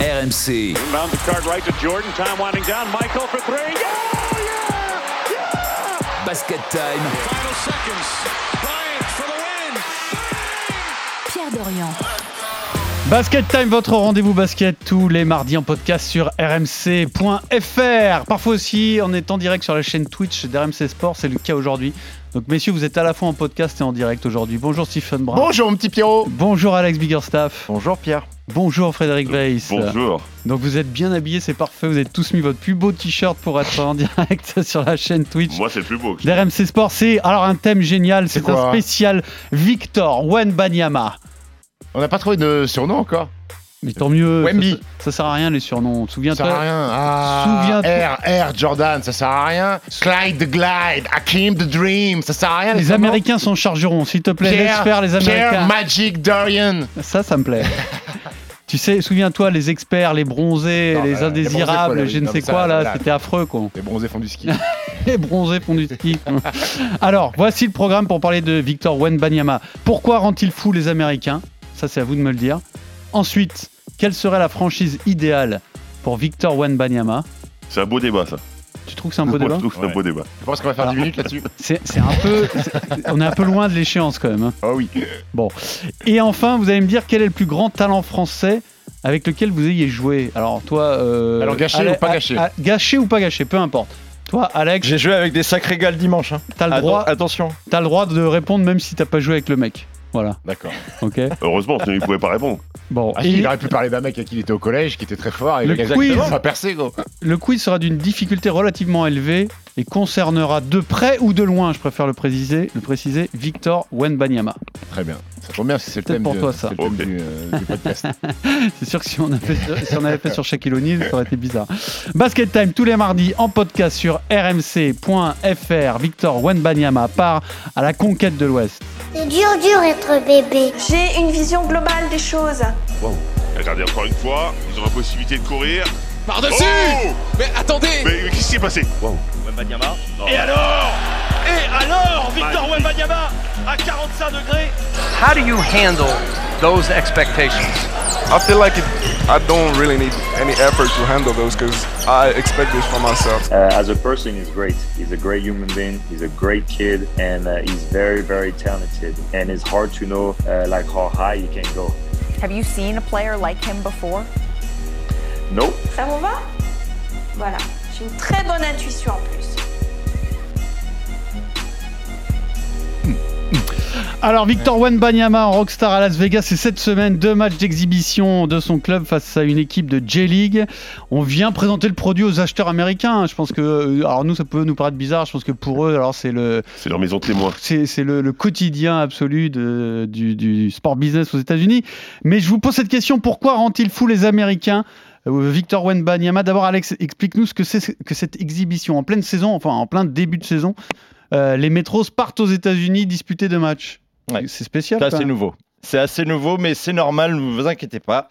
RMC. Inbound the card right to Jordan. Time winding down. Michael for three. Yeah, yeah, yeah. Basket Time. Final seconds. Bryant for the win. Pierre Dorian. Basket Time, votre rendez-vous basket tous les mardis en podcast sur rmc.fr. Parfois aussi on est en direct sur la chaîne Twitch d'RMC Sport, c'est le cas aujourd'hui. Donc messieurs, vous êtes à la fois en podcast et en direct aujourd'hui. Bonjour Stephen Brown. Bonjour mon petit Pierrot Bonjour Alex Biggerstaff. Hein. Bonjour Pierre Bonjour Frédéric Weiss. Bonjour. Donc vous êtes bien habillés, c'est parfait. Vous avez tous mis votre plus beau t-shirt pour être en direct sur la chaîne Twitch. Moi, c'est le plus beau. qui- D'RMC Sport, c'est alors un thème génial, C'est c'est un quoi spécial Victor Wenbanyama. On n'a pas trouvé de surnom encore Mais tant mieux. Wemby. Ça, ça sert à rien les surnoms. Ça sert à Souviens-toi. rien. Ah, Souviens-toi. R, R, Jordan, ça sert à rien. Clyde the Glide, Hakim the Dream, ça sert à rien. Les surnoms. Américains s'en chargeront, s'il te plaît. Laisse Pierre, faire les Pierre Américains. Magic Dorian. Ça, ça me plaît. tu sais, souviens-toi, les experts, les bronzés, Non, les là, là, les indésirables, bronzés, quoi, là, je oui. ne Non, sais mais ça, quoi, là, là. c'était affreux, quoi. Les bronzés font du ski. Les bronzés font du ski. Alors, voici le programme pour parler de Victor Wenbanyama. Pourquoi rend-il fou les Américains Ça, c'est à vous de me le dire. Ensuite, quelle serait la franchise idéale pour Victor Wenbanyama C'est un beau débat, ça. Tu trouves que c'est un peu Moi, débat je trouve que c'est un beau débat. Je pense qu'on va faire 10 minutes là-dessus. C'est c'est un peu. c'est- On est un peu loin de l'échéance quand même. hein. Ah Oh oui. Et enfin, vous allez me dire quel est le plus grand talent français avec lequel vous ayez joué. Alors toi, euh, Alors, gâché Ale- ou pas A- gâché A- Gâché ou pas gâché, peu importe. Toi, Alex, J'ai joué avec des sacrés gars le dimanche. Hein. t'as le Atten- droit, attention. t'as le droit de répondre même si t'as pas joué avec le mec. Voilà, D'accord. ok. Heureusement, sinon, il pouvait pas répondre. Bon, Ah, et il aurait pu parler d'un mec avec qui il était au collège, qui était très fort. Et Le gars, quiz. exactement, a percé, gros. le quiz sera d'une difficulté relativement élevée et concernera de près ou de loin, je préfère le préciser, le préciser, Victor Wenbanyama. Très bien. Ça tombe bien parce que c'est le Peut-être thème, pour de- toi, ça. c'est le thème Ok. du, euh, du podcast. C'est sûr que si on, avait fait, euh, si on avait fait sur Shaquille O'Neal, ça aurait été bizarre. Basket Time tous les mardis en podcast sur rmc.fr. Victor Wenbanyama part à la conquête de l'Ouest. C'est dur, dur être bébé. J'ai une vision globale des choses. Regardez encore une fois, ils ont la possibilité de courir. Par-dessus Oh Mais attendez Mais, mais qu'est-ce qui s'est passé Et alors Et alors Victor Wembanyama à 45 degrés. How do you handle Oh those expectations? I feel like I don't really need any effort to handle those because I expect this from myself. Uh, as a person, he's great. He's a great human being. He's a great kid, and uh, he's very, very talented. And it's hard to know uh, like how high he can go. Have you seen a player like him before? Nope. Ça vous va Voilà. J'ai une très bonne intuition en plus. Alors Victor Wenbanyama en rockstar à Las Vegas, c'est cette semaine deux matchs d'exhibition de son club face à une équipe de J-League. On vient présenter le produit aux acheteurs américains. Je pense que, euh, alors nous ça peut nous paraître bizarre, je pense que pour eux, alors c'est le, C'est leur maison témoin. c'est c'est le, le quotidien absolu de- du, du sport business aux États-Unis. Mais je vous pose cette question pourquoi rend-il fou les Américains Euh, Victor Wenbanyama, d'abord, Alex, explique-nous ce que c'est que cette exhibition en pleine saison, enfin en plein début de saison. euh, les Metros partent aux États-Unis disputer deux matchs. Ouais. C'est spécial. C'est quand assez même. nouveau. C'est assez nouveau, mais c'est normal, ne vous inquiétez pas.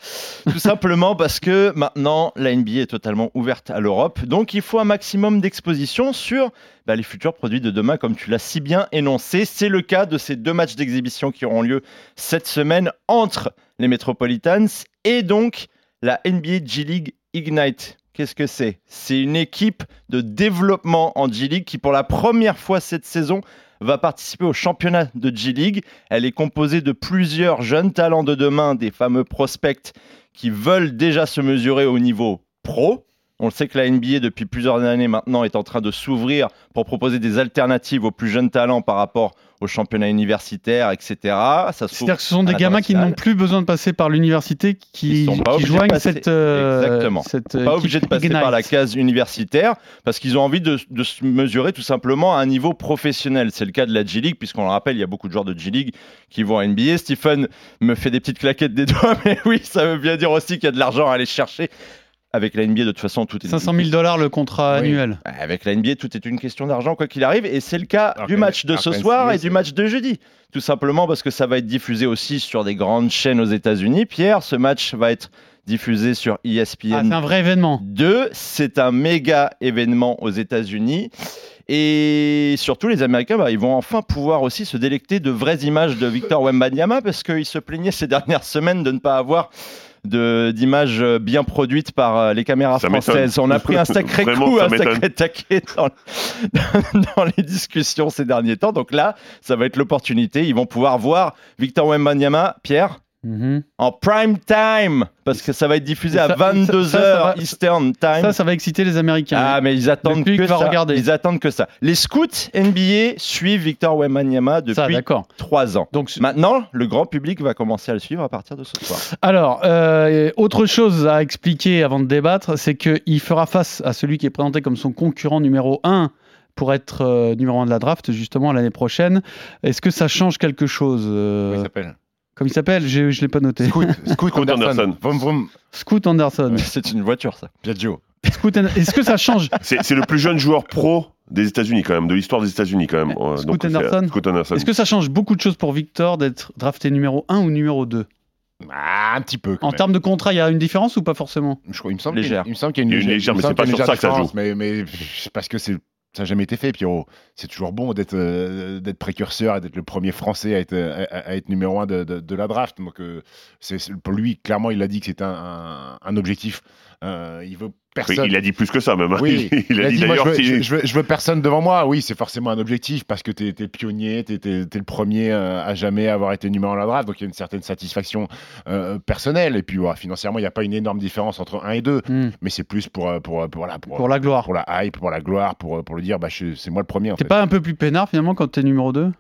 Tout simplement parce que maintenant, la NBA est totalement ouverte à l'Europe. Donc, il faut un maximum d'exposition sur bah, les futurs produits de demain, comme tu l'as si bien énoncé. C'est le cas de ces deux matchs d'exhibition qui auront lieu cette semaine entre les Metropolitans et donc la NBA G-League Ignite. Qu'est-ce que c'est C'est une équipe de développement en G-League qui, pour la première fois cette saison, va participer au championnat de G-League. Elle est composée de plusieurs jeunes talents de demain, des fameux prospects qui veulent déjà se mesurer au niveau pro. On le sait que la NBA, depuis plusieurs années maintenant, est en train de s'ouvrir pour proposer des alternatives aux plus jeunes talents par rapport au championnat universitaire, etc. Ça s'ouvre C'est-à-dire que ce sont des à gamins qui l'international. n'ont plus besoin de passer par l'université, qui, Ils sont pas qui obligés de joignent passer. cette. euh, Exactement. cette, pas euh, obligés de équipe passer par la Ignite. case universitaire parce qu'ils ont envie de, de se mesurer tout simplement à un niveau professionnel. C'est le cas de la G-League, puisqu'on le rappelle, il y a beaucoup de joueurs de G-League qui vont à NBA. Stephen me fait des petites claquettes des doigts, mais oui, ça veut bien dire aussi qu'il y a de l'argent à aller chercher. Avec la NBA, de toute façon, tout est 500 000 dollars le contrat Oui. annuel. avec la NBA, tout est une question d'argent, quoi qu'il arrive. Et c'est le cas Alors du que- match de alors ce que la soir NBA, et du c'est- match de jeudi. Tout simplement parce que ça va être diffusé aussi sur des grandes chaînes aux États-Unis. Pierre, ce match va être diffusé sur E ESPN. Ah, c'est un vrai événement. Deux, c'est un méga événement aux États-Unis. Et surtout, les Américains, bah, ils vont enfin pouvoir aussi se délecter de vraies images de Victor Wembanyama parce qu'ils se plaignaient ces dernières semaines de ne pas avoir de- d'images euh, bien produites par euh, les caméras Ça m'étonne. françaises. On a pris un sacré Vraiment, coup, ça un sacré m'étonne. taquet dans, dans les discussions ces derniers temps. Donc là, ça va être l'opportunité. Ils vont pouvoir voir Victor Wembanyama, Pierre, Mhm. en prime time, parce que ça va être diffusé Et ça- à ça- ça, ça 22h va- Eastern Time. Ça, ça va exciter les Américains. Ah, mais ils attendent public que va ça. regarder. Ils attendent que ça. Les scouts NBA suivent Victor Wembanyama ça, depuis d'accord. trois ans. Donc, Maintenant, le grand public va commencer à le suivre à partir de ce soir. Alors, euh, autre chose à expliquer avant de débattre, c'est qu'il fera face à celui qui est présenté comme son concurrent numéro 1 pour être euh, numéro 1 de la draft, justement, l'année prochaine. Est-ce que ça change quelque chose euh, Comment il s'appelle Comme il s'appelle J'ai- Je ne l'ai pas noté. Scoot, Scoot Scoot Anderson. Anderson. Vroom, vroom. Scoot Anderson. C'est une voiture, ça. Piaggio. Scoot An- Est-ce que ça change C'est c'est le plus jeune joueur pro des États-Unis, quand même, de l'histoire des États-Unis, quand même. Euh, Scoot donc, c'est- Henderson. Scoot Anderson. Est-ce que ça change beaucoup de choses pour Victor d'être drafté numéro 1 ou numéro 2 Ah, un petit peu. Quand En même. termes de contrat, il y a une différence ou pas forcément Je crois- il me semble qu'il y a- Légère. il me semble qu'il y a Il y a une une légère, mais c'est pas sur sur ça que ça joue. Mais, mais pff, parce que c'est ça n'a jamais été fait, Pierrot. C'est toujours bon d'être euh, d'être précurseur et d'être le premier Français à être, euh, à, à être numéro un de, de- de la draft. Donc, euh, c'est- c'est- pour lui, clairement, il a dit que c'est un, un- un objectif. Euh, il veut Oui, personne. il a dit plus que ça, même. hein. Oui, il, a dit, moi, je d'ailleurs. veux, je, qu'il- je veux, je veux personne devant moi. Oui, c'est forcément un objectif parce que t'es es pionnier, t'es es, le premier euh, à jamais avoir été numéro un à la draft. Donc il y a une certaine satisfaction euh, personnelle. Et puis ouais, financièrement, il n'y a pas une énorme différence entre 1 et 2. Hmm, Mais c'est plus pour, euh, pour, euh, pour, voilà, pour, Pour la gloire. pour la hype, pour la gloire, pour, euh, pour le dire, bah, je- c'est moi le premier. En T'es fait. pas un peu plus peinard finalement quand t'es numéro 2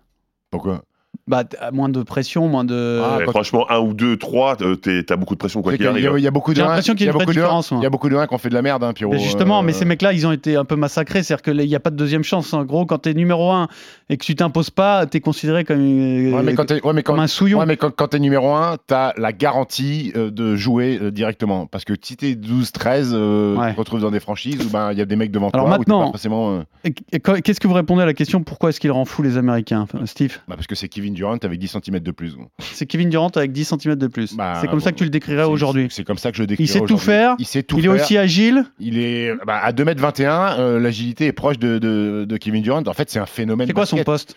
Pourquoi Bah, t'as moins de pression, moins de. Ah, Ouais, quand- franchement, un ou deux, trois, euh, t'es- t'as beaucoup de pression, quoi C'est qu'il que il y, a- arrive. hein. il y a beaucoup de J'ai uns- l'impression qu'il y a une beaucoup vraie de uns- différence, moi. Il y a beaucoup de uns qui ont fait de la merde, hein, Pierrot. Mais justement, Euh, mais ces mecs-là, ils ont été un peu massacrés. C'est-à-dire que là, il n'y a pas de deuxième chance. En gros, quand t'es numéro 1 et que tu t'imposes pas, t'es considéré comme, euh, Ouais, mais quand t'es- ouais, mais quand- comme un souillon. Ouais, mais quand, quand t'es numéro 1, t'as la garantie euh, de jouer euh, directement. Parce que si t'es 12-13, euh, Ouais. tu te retrouves dans des franchises où il ben, il y a des mecs devant Alors toi. où t'es maintenant- pas forcément, euh, Et- et qu- Qu'est-ce que vous répondez à la question pourquoi est-ce qu'il rend fou les Américains, enfin, Steve bah, parce que c'est Kevin Durant avec 10 cm de plus. donc. C'est Kevin Durant avec 10 cm de plus. Bah, c'est comme ça bon, que tu le décrirais C'est- aujourd'hui. C'est comme ça que je le décris. Il sait tout aujourd'hui. faire. Il sait tout il faire. est aussi agile. Il est bah, à 2m21, euh, l'agilité est proche de, de- de Kevin Durant. En fait, c'est un phénomène. C'est quoi son basket. poste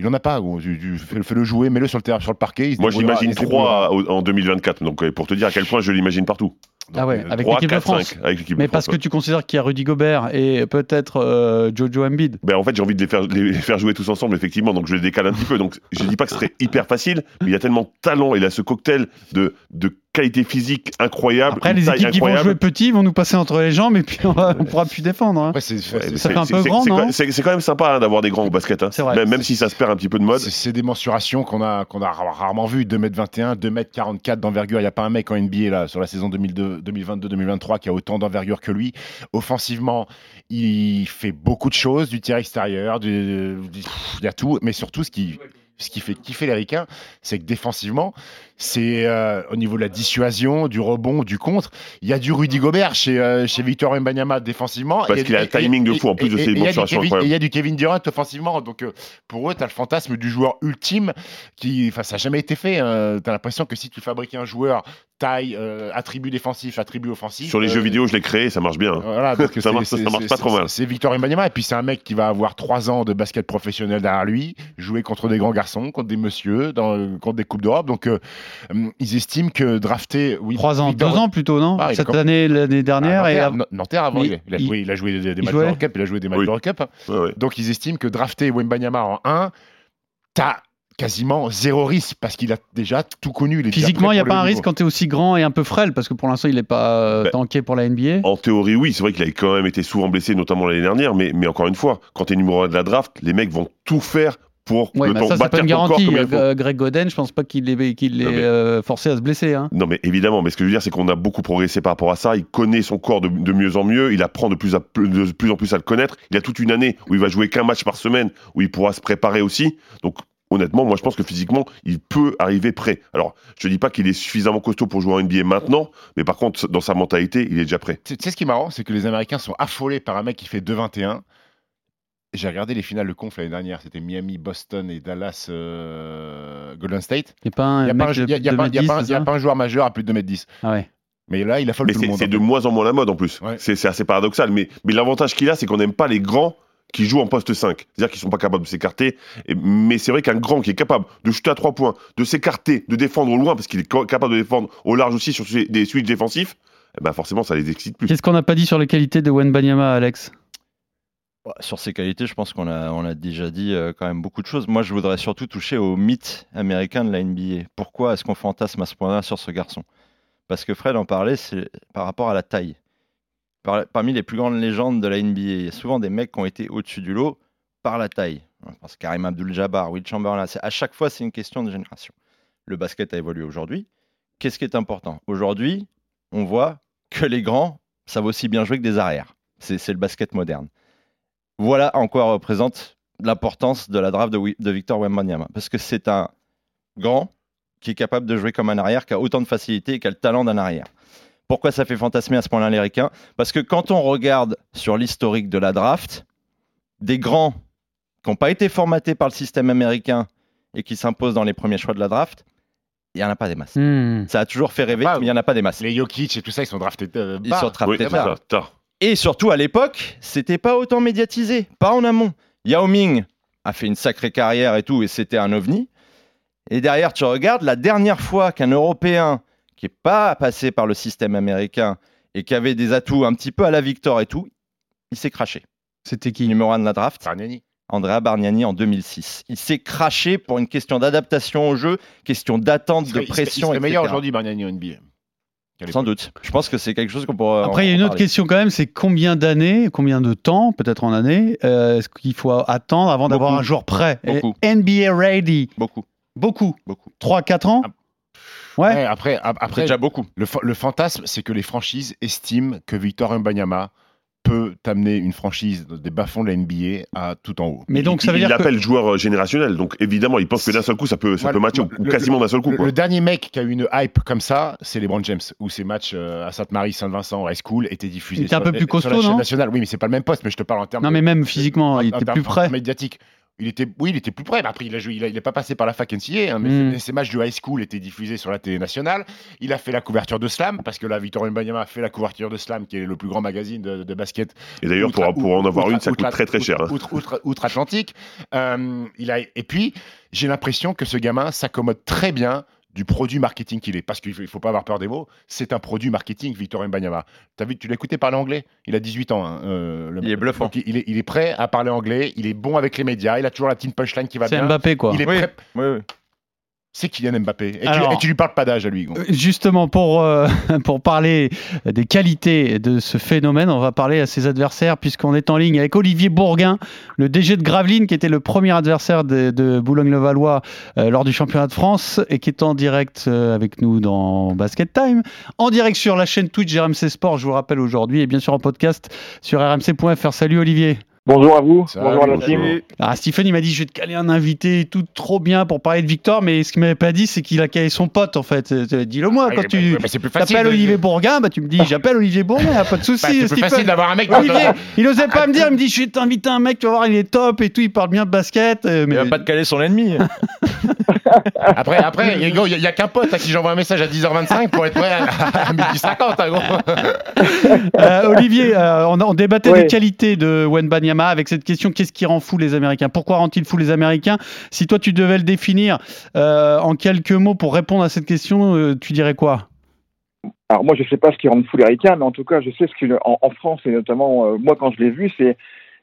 Il en a pas. gros. Tu- tu fais- Fais-le jouer, mets-le sur le terrain, sur le parquet. il se Moi, débrouillera, j'imagine il se débrouillera. trois au- en 2024. Donc, euh, pour te dire à quel point je l'imagine partout. euh, Ah ouais, avec Trois, l'équipe de quatre, France. cinq, avec l'équipe de Mais France, parce que ouais. tu considères qu'il y a Rudy Gobert et peut-être euh, Jojo Embiid. Ben, en fait, j'ai envie de les faire, les faire jouer tous ensemble, effectivement. Donc, je les décale un petit peu. Donc, je dis pas que ce serait hyper facile, mais il y a tellement de talent. Il a ce cocktail de, de qualité physique Ah, incroyable. Après, une les taille équipes qui vont incroyable. jouer petits vont nous passer entre les jambes et puis on, va- on pourra plus défendre. hein. Après, c'est- Ouais, mais Ça c'est- c'est- fait un c'est- peu c'est- grand, c'est non quand- C'est c'est quand même sympa hein, d'avoir des grands au basket. hein. C'est vrai. Même, même si ça se perd un petit peu de mode. C'est c'est des mensurations qu'on a, qu'on a ra- rarement vues. 2m21, 2m44 d'envergure. Il n'y a pas un mec en NBA là, sur la saison 2002 2022-2023 qui a autant d'envergure que lui. Offensivement, il fait beaucoup de choses, du tir extérieur, du, du- il y a tout. Mais surtout, ce qui, ce qui fait kiffer les Ricains, c'est que défensivement, c'est euh, au niveau de la dissuasion, du rebond, du contre. Il y a du Rudy Gobert chez, euh, chez Victor Wembanyama défensivement. Mm. Parce Et- qu'il a un et- timing de et- fou, en plus et- de et- ses et il y a du mensurations Kevin- incroyables. et Il y a du Kevin Durant offensivement. Donc, euh, pour eux, tu as le fantasme du joueur ultime qui, enfin, ça n'a jamais été fait. hein. Tu as l'impression que si tu fabriques un joueur taille, euh, attribut défensif, attribut offensif. Sur les euh, jeux vidéo, je l'ai créé, ça marche bien. hein. voilà, donc Ça c'est- marche- ça c'est- marche c'est- pas trop c'est- mal. C'est Victor Wembanyama et puis c'est un mec qui va avoir trois ans de basket professionnel derrière lui, jouer contre des grands garçons, contre des messieurs, dans, contre des coupes d'Europe. Donc euh, hum, ils estiment que drafter, oui, 3 ans, 2 Victor- ans plutôt, non Ah, il est Cette comme- année, l'année Ah, dernière. et Nanterre, av- Na- Nanterre avant, Mais il, il a il- joué, il a joué des, des il matchs jouait. d'Europe Cup, il a joué des matchs Oui. d'Europe Cup. Ouais, ouais. Donc ils estiment que drafter Wembanyama en 1, t'as quasiment zéro risque parce qu'il a déjà tout connu. il est déjà Physiquement, il prêt n'y a pour pas un le risque niveau. quand tu es aussi grand et un peu frêle, parce que pour l'instant, il n'est pas euh, Ben, tanké pour la NBA. En théorie, oui, c'est vrai qu'il a quand même été souvent blessé, notamment l'année dernière, mais, mais encore une fois, quand t'es numéro 1 de la draft, les mecs vont tout faire pour Ouais, le mais temps ça, c'est pas bâtir une ton corps garantie. comme il faut. Euh, Greg Goden, je pense pas qu'il est, qu'il est Ah, Non, mais- euh, forcé à se blesser. hein. Non, mais évidemment, mais ce que je veux dire, c'est qu'on a beaucoup progressé par rapport à ça. Il connaît son corps de, de mieux en mieux, il apprend de plus, à, de plus en plus à le connaître. Il a toute une année où il va jouer qu'un match par semaine, où il pourra se préparer aussi. Donc, honnêtement, moi, je pense que physiquement, il peut arriver prêt. Alors, je ne dis pas qu'il est suffisamment costaud pour jouer en NBA maintenant, mais par contre, dans sa mentalité, il est déjà prêt. Tu tu sais ce qui est marrant, c'est que les Américains sont affolés par un mec qui fait 2,21. J'ai regardé les finales de conf l'année dernière, c'était Miami, Boston et Dallas euh, Golden State. Il n'y a pas un Il n'y a, mec pas un- de y a- y a pas- y a 2m10, pas un- c'est y a ça pas un joueur majeur à plus de 2m10. Ah ouais. Mais là, il affole Mais tout le c'est monde. c'est de moins en moins la mode en plus. Ouais. C'est c'est assez paradoxal. Mais, mais l'avantage qu'il a, c'est qu'on n'aime pas les grands qui jouent en poste 5. C'est-à-dire qu'ils sont pas capables de s'écarter. Et- Mais c'est vrai qu'un grand qui est capable de shooter à 3 points, de s'écarter, de défendre au loin, parce qu'il est co- capable de défendre au large aussi sur ses- des switches défensifs, eh ben forcément, ça les excite plus. Qu'est-ce qu'on n'a pas dit sur les qualités de Wenbanyama, Alex Bah, Sur ses qualités, je pense qu'on a, on a déjà dit euh, quand même beaucoup de choses. Moi, je voudrais surtout toucher au mythe américain de la NBA. Pourquoi est-ce qu'on fantasme à ce point-là sur ce garçon Parce que Fred en parlait, c'est par rapport à la taille. Par- parmi les plus grandes légendes de la NBA, il y a souvent des mecs qui ont été au-dessus du lot par la taille. On pense Karim Abdul-Jabbar, Will Chamberlain. c'est- À chaque fois, c'est une question de génération. Le basket a évolué aujourd'hui. Qu'est-ce qui est important Aujourd'hui, on voit que les grands savent aussi bien jouer que des arrières. C'est c'est le basket moderne voilà en quoi représente l'importance de la draft de, Wi- de Victor Wembanyama. Parce que c'est un grand qui est capable de jouer comme un arrière, qui a autant de facilité et qui a le talent d'un arrière. Pourquoi ça fait fantasmer à ce point-là les Ricains Parce que quand on regarde sur l'historique de la draft, des grands qui n'ont pas été formatés par le système américain et qui s'imposent dans les premiers choix de la draft, il n'y en a pas des masses. Ça a toujours fait rêver, Ah, mais il n'y en a pas des masses. Les Jokic et tout ça, ils sont draftés. euh, Ils bas. sont Oui, draftés c'est tard. ça, tard. Et surtout à l'époque, c'était pas autant médiatisé, pas en amont. Yao Ming a fait une sacrée carrière et tout, et c'était un ovni. Et derrière, tu regardes, la dernière fois qu'un Européen qui n'est pas passé par le système américain et qui avait des atouts un petit peu à la victoire et tout, il s'est craché. C'était qui Numéro 1 de la draft, Farniani. Andrea Bargnani en 2006. Il s'est craché pour une question d'adaptation au jeu, question Il d'attente, de serait- il serait- pression, Il serait meilleur etc.. aujourd'hui, Bargnani, au NBA. qu'à Sans l'époque. doute. Je pense que c'est quelque chose qu'on pourra. Après, il y a en une autre parler. question quand même, c'est combien d'années, combien de temps, peut-être en années, euh, est-ce qu'il faut attendre avant d'avoir Beaucoup. un jour prêt Et Beaucoup. NBA ready, Beaucoup, beaucoup. beaucoup. 3-4 Ah, ans Ouais. Ouais, après, ap- C'est après déjà beaucoup. le, fa- le fantasme, c'est que les franchises estiment que Victor Wembanyama peut amener une franchise des bas-fonds de la NBA à tout en haut. Mais donc, ça veut il dire que... l'appelle joueur euh, générationnel, donc évidemment, il pense que d'un seul coup, ça peut, ça Voilà, peut matcher, ou- le- ou le- quasiment d'un seul coup. Le, quoi. le dernier mec qui a eu une hype comme ça, c'est LeBron James, où ses matchs euh, à Sainte-Marie, Sainte-Vincent, High School étaient diffusés. Il était un sur- peu plus sur la costaud, chaîne non nationale. Oui, mais c'est pas le même poste, mais je te parle en termes Non, de- mais même physiquement, il en- en était termes plus près. médiatique. Il était, oui, il était plus près. mais Après, il a joué, il a- il est pas passé par la fac NCA, hein, mais Mm. ses, ses matchs du high school étaient diffusés sur la télé nationale. Il a fait la couverture de Slam parce que là, Victor Wembanyama a fait la couverture de Slam, qui est le plus grand magazine de, de basket. Et d'ailleurs, pour, outre- pour en avoir outre- une, ça outre- coûte très très cher. hein. Outre, outre- Outre-Atlantique. Euh, il a, et puis, j'ai l'impression que ce gamin s'accommode très bien du produit marketing qu'il est, parce qu'il ne faut, il faut pas avoir peur des mots. C'est un produit marketing, Victor Wembanyama. T'as vu, tu l'as écouté parler anglais. Il a 18 ans. hein, euh, le Il est mec. bluffant. Donc, il, est, il est prêt à parler anglais. Il est bon avec les médias. Il a toujours la petite punchline qui va C'est bien. Mbappé, quoi. Il est Oui, prêt. oui, oui. C'est Kylian Mbappé. Et, Alors- tu, et tu lui parles pas d'âge à lui. Gon. Euh, Justement, pour, euh, pour parler des qualités de ce phénomène, on va parler à ses adversaires puisqu'on est en ligne avec Olivier Bourguin, le DG de Gravelines, qui était le premier adversaire de, de Boulogne-le-Valois euh, lors du championnat de France et qui est en direct euh, avec nous dans Basket Time, en direct sur la chaîne Twitch RMC Sport, je vous rappelle aujourd'hui, et bien sûr en podcast sur rmc.fr. Salut Olivier. Bonjour à vous, Ça, bonjour à la bonjour. team. Alors Ah, Stephen, il m'a dit je vais te caler un invité et tout trop bien pour parler de Victor, mais ce qu'il m'avait pas dit, c'est qu'il a calé son pote en fait. Euh, Dis-le moi quand Ouais, tu. mais c'est plus facile. T'appelles de- Olivier Bourguin, bah tu me dis j'appelle Olivier Bourguin, y a pas de Bah, souci. c'est plus Stephen. facile d'avoir un mec. dans- Olivier, il osait pas me dire, il me dit je vais t'inviter un mec, tu vas voir, il est top et tout, il parle bien de basket. euh, Il mais... va pas te caler son ennemi. Après, après, il y a- il y a, qu'un pote à qui j'envoie un message à 10h25 pour être prêt à, à 12h50. hein, gros. Euh, Olivier, euh, on, on débattait Oui. des qualités de Wenbanyama avec cette question qu'est-ce qui rend fou les Américains Pourquoi rend-il fou les Américains Si toi tu devais le définir euh, en quelques mots pour répondre à cette question, euh, tu dirais quoi Alors moi je sais pas ce qui rend fou les ricains, mais en tout cas je sais ce qui en, en France et notamment euh, moi quand je l'ai vu, c'est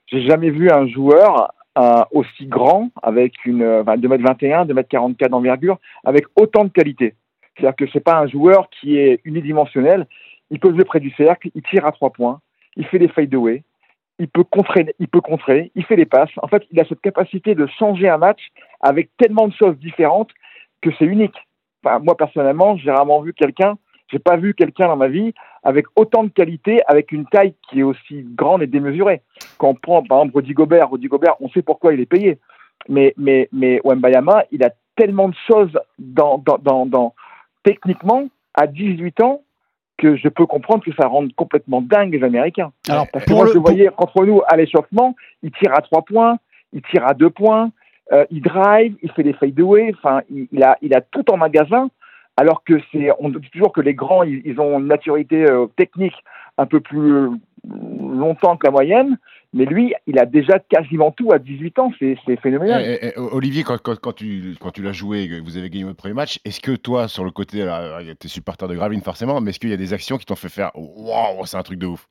j'ai jamais vu un joueur euh, aussi grand avec une euh, enfin, 2m21, 2m44 d'envergure, avec autant de qualité. C'est-à-dire que c'est pas un joueur qui est unidimensionnel, il peut jouer près du cercle, il tire à trois points, il fait des fadeaways, il peut contrer, il peut contrer, il fait des passes. En fait, il a cette capacité de changer un match avec tellement de choses différentes que c'est unique. Enfin, moi personnellement, j'ai rarement vu quelqu'un j'ai pas vu quelqu'un dans ma vie avec autant de qualité, avec une taille qui est aussi grande et démesurée. Quand on prend par exemple Rudy Gobert, Rudy Gobert, on sait pourquoi il est payé. Mais mais mais Wembayama, il a tellement de choses dans dans dans, dans- techniquement à 18 ans que je peux comprendre que ça rende complètement dingue les Américains. Alors Parce que moi, je le voyais contre nous à l'échauffement, il tire à trois points, il tire à deux points, euh, il drive, il fait des fadeaways, enfin, il, il a, il a tout en magasin. Alors que c'est, on dit toujours que les grands, ils, ils ont une maturité euh, technique un peu plus euh, longtemps que la moyenne, Mais lui, il a déjà quasiment tout à 18 ans. C'est c'est phénoménal. Eh, eh, eh, Olivier, quand, quand- quand tu, quand tu l'as joué, et que vous avez gagné votre premier match, est-ce que toi, sur le côté, alors, t'es supporter de Gravelines forcément, mais est-ce qu'il y a des actions qui t'ont fait faire Waouh, c'est un truc de ouf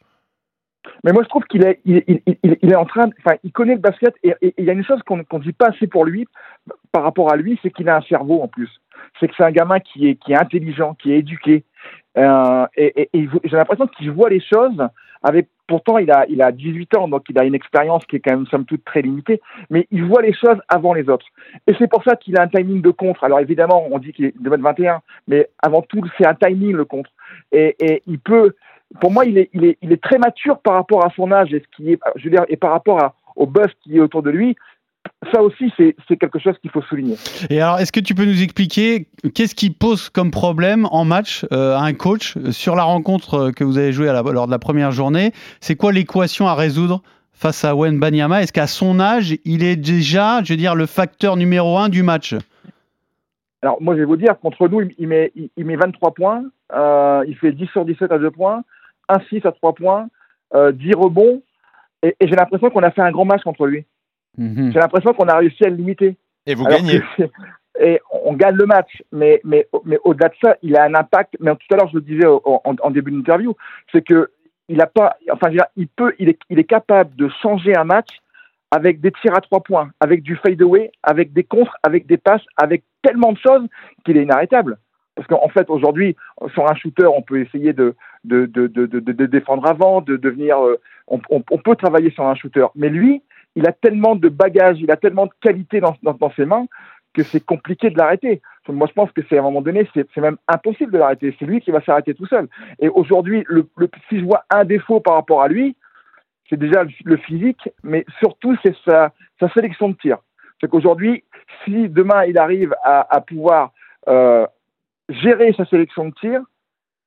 Mais moi, je trouve qu'il est, il, il- il- il est en train, de- enfin, il connaît le basket et et- et il y a une chose qu'on qu'on dit pas assez pour lui, par rapport à lui, c'est qu'il a un cerveau en plus. C'est que c'est un gamin qui est, qui est intelligent, qui est éduqué. Euh, et et- et il vo- j'ai l'impression qu'il voit les choses avec, pourtant, il a, il a 18 ans, donc il a une expérience qui est quand même, somme toute, très limitée, mais il voit les choses avant les autres. Et c'est pour ça qu'il a un timing de contre. Alors évidemment, on dit qu'il est de 21, mais avant tout, c'est un timing le contre. Et, et il peut, pour moi, il est, il, est, il est très mature par rapport à son âge et, ce qui est, je veux dire, et par rapport à, au buzz qui est autour de lui. Ça aussi, c'est c'est quelque chose qu'il faut souligner. Et alors, est-ce que tu peux nous expliquer qu'est-ce qui pose comme problème en match euh, à un coach euh, sur la rencontre euh, que vous avez jouée à la- lors de la première journée C'est quoi l'équation à résoudre face à Wen Banyama Est-ce qu'à son âge, il est déjà, je veux dire, le facteur numéro un du match Alors, moi, je vais vous dire, contre nous, il- il met, il, il met 23 points, euh, il fait 10 sur 17 à 2 points, 1 6 à 3 points, euh, 10 rebonds, et, et j'ai l'impression qu'on a fait un grand match contre lui. J'ai l'impression qu'on a réussi à le limiter. Et vous Alors gagnez. que- et on gagne le match, mais, mais, mais au-delà de ça, il a un impact. Mais tout à l'heure, je le disais au- en, en début d'interview, c'est que il a pas, enfin, je veux dire, il peut, il est, il est capable de changer un match avec des tirs à trois points, avec du fadeaway, avec des contres, avec des passes, avec tellement de choses qu'il est inarrêtable. Parce qu'en fait, aujourd'hui, sur un shooter, on peut essayer de, de, de, de, de- de- de défendre avant, de devenir. euh, on, on- on peut travailler sur un shooter. Mais lui, il a tellement de bagages, il a tellement de qualité dans, dans- dans ses mains que c'est compliqué de l'arrêter. Moi, je pense que c'est à un moment donné, c'est c'est même impossible de l'arrêter. C'est lui qui va s'arrêter tout seul. Et aujourd'hui, le, le- si je vois un défaut par rapport à lui, c'est déjà le, le physique, mais surtout, c'est sa, sa sélection de tir. C'est qu'aujourd'hui, si demain il arrive à, à pouvoir euh, gérer sa sélection de tir,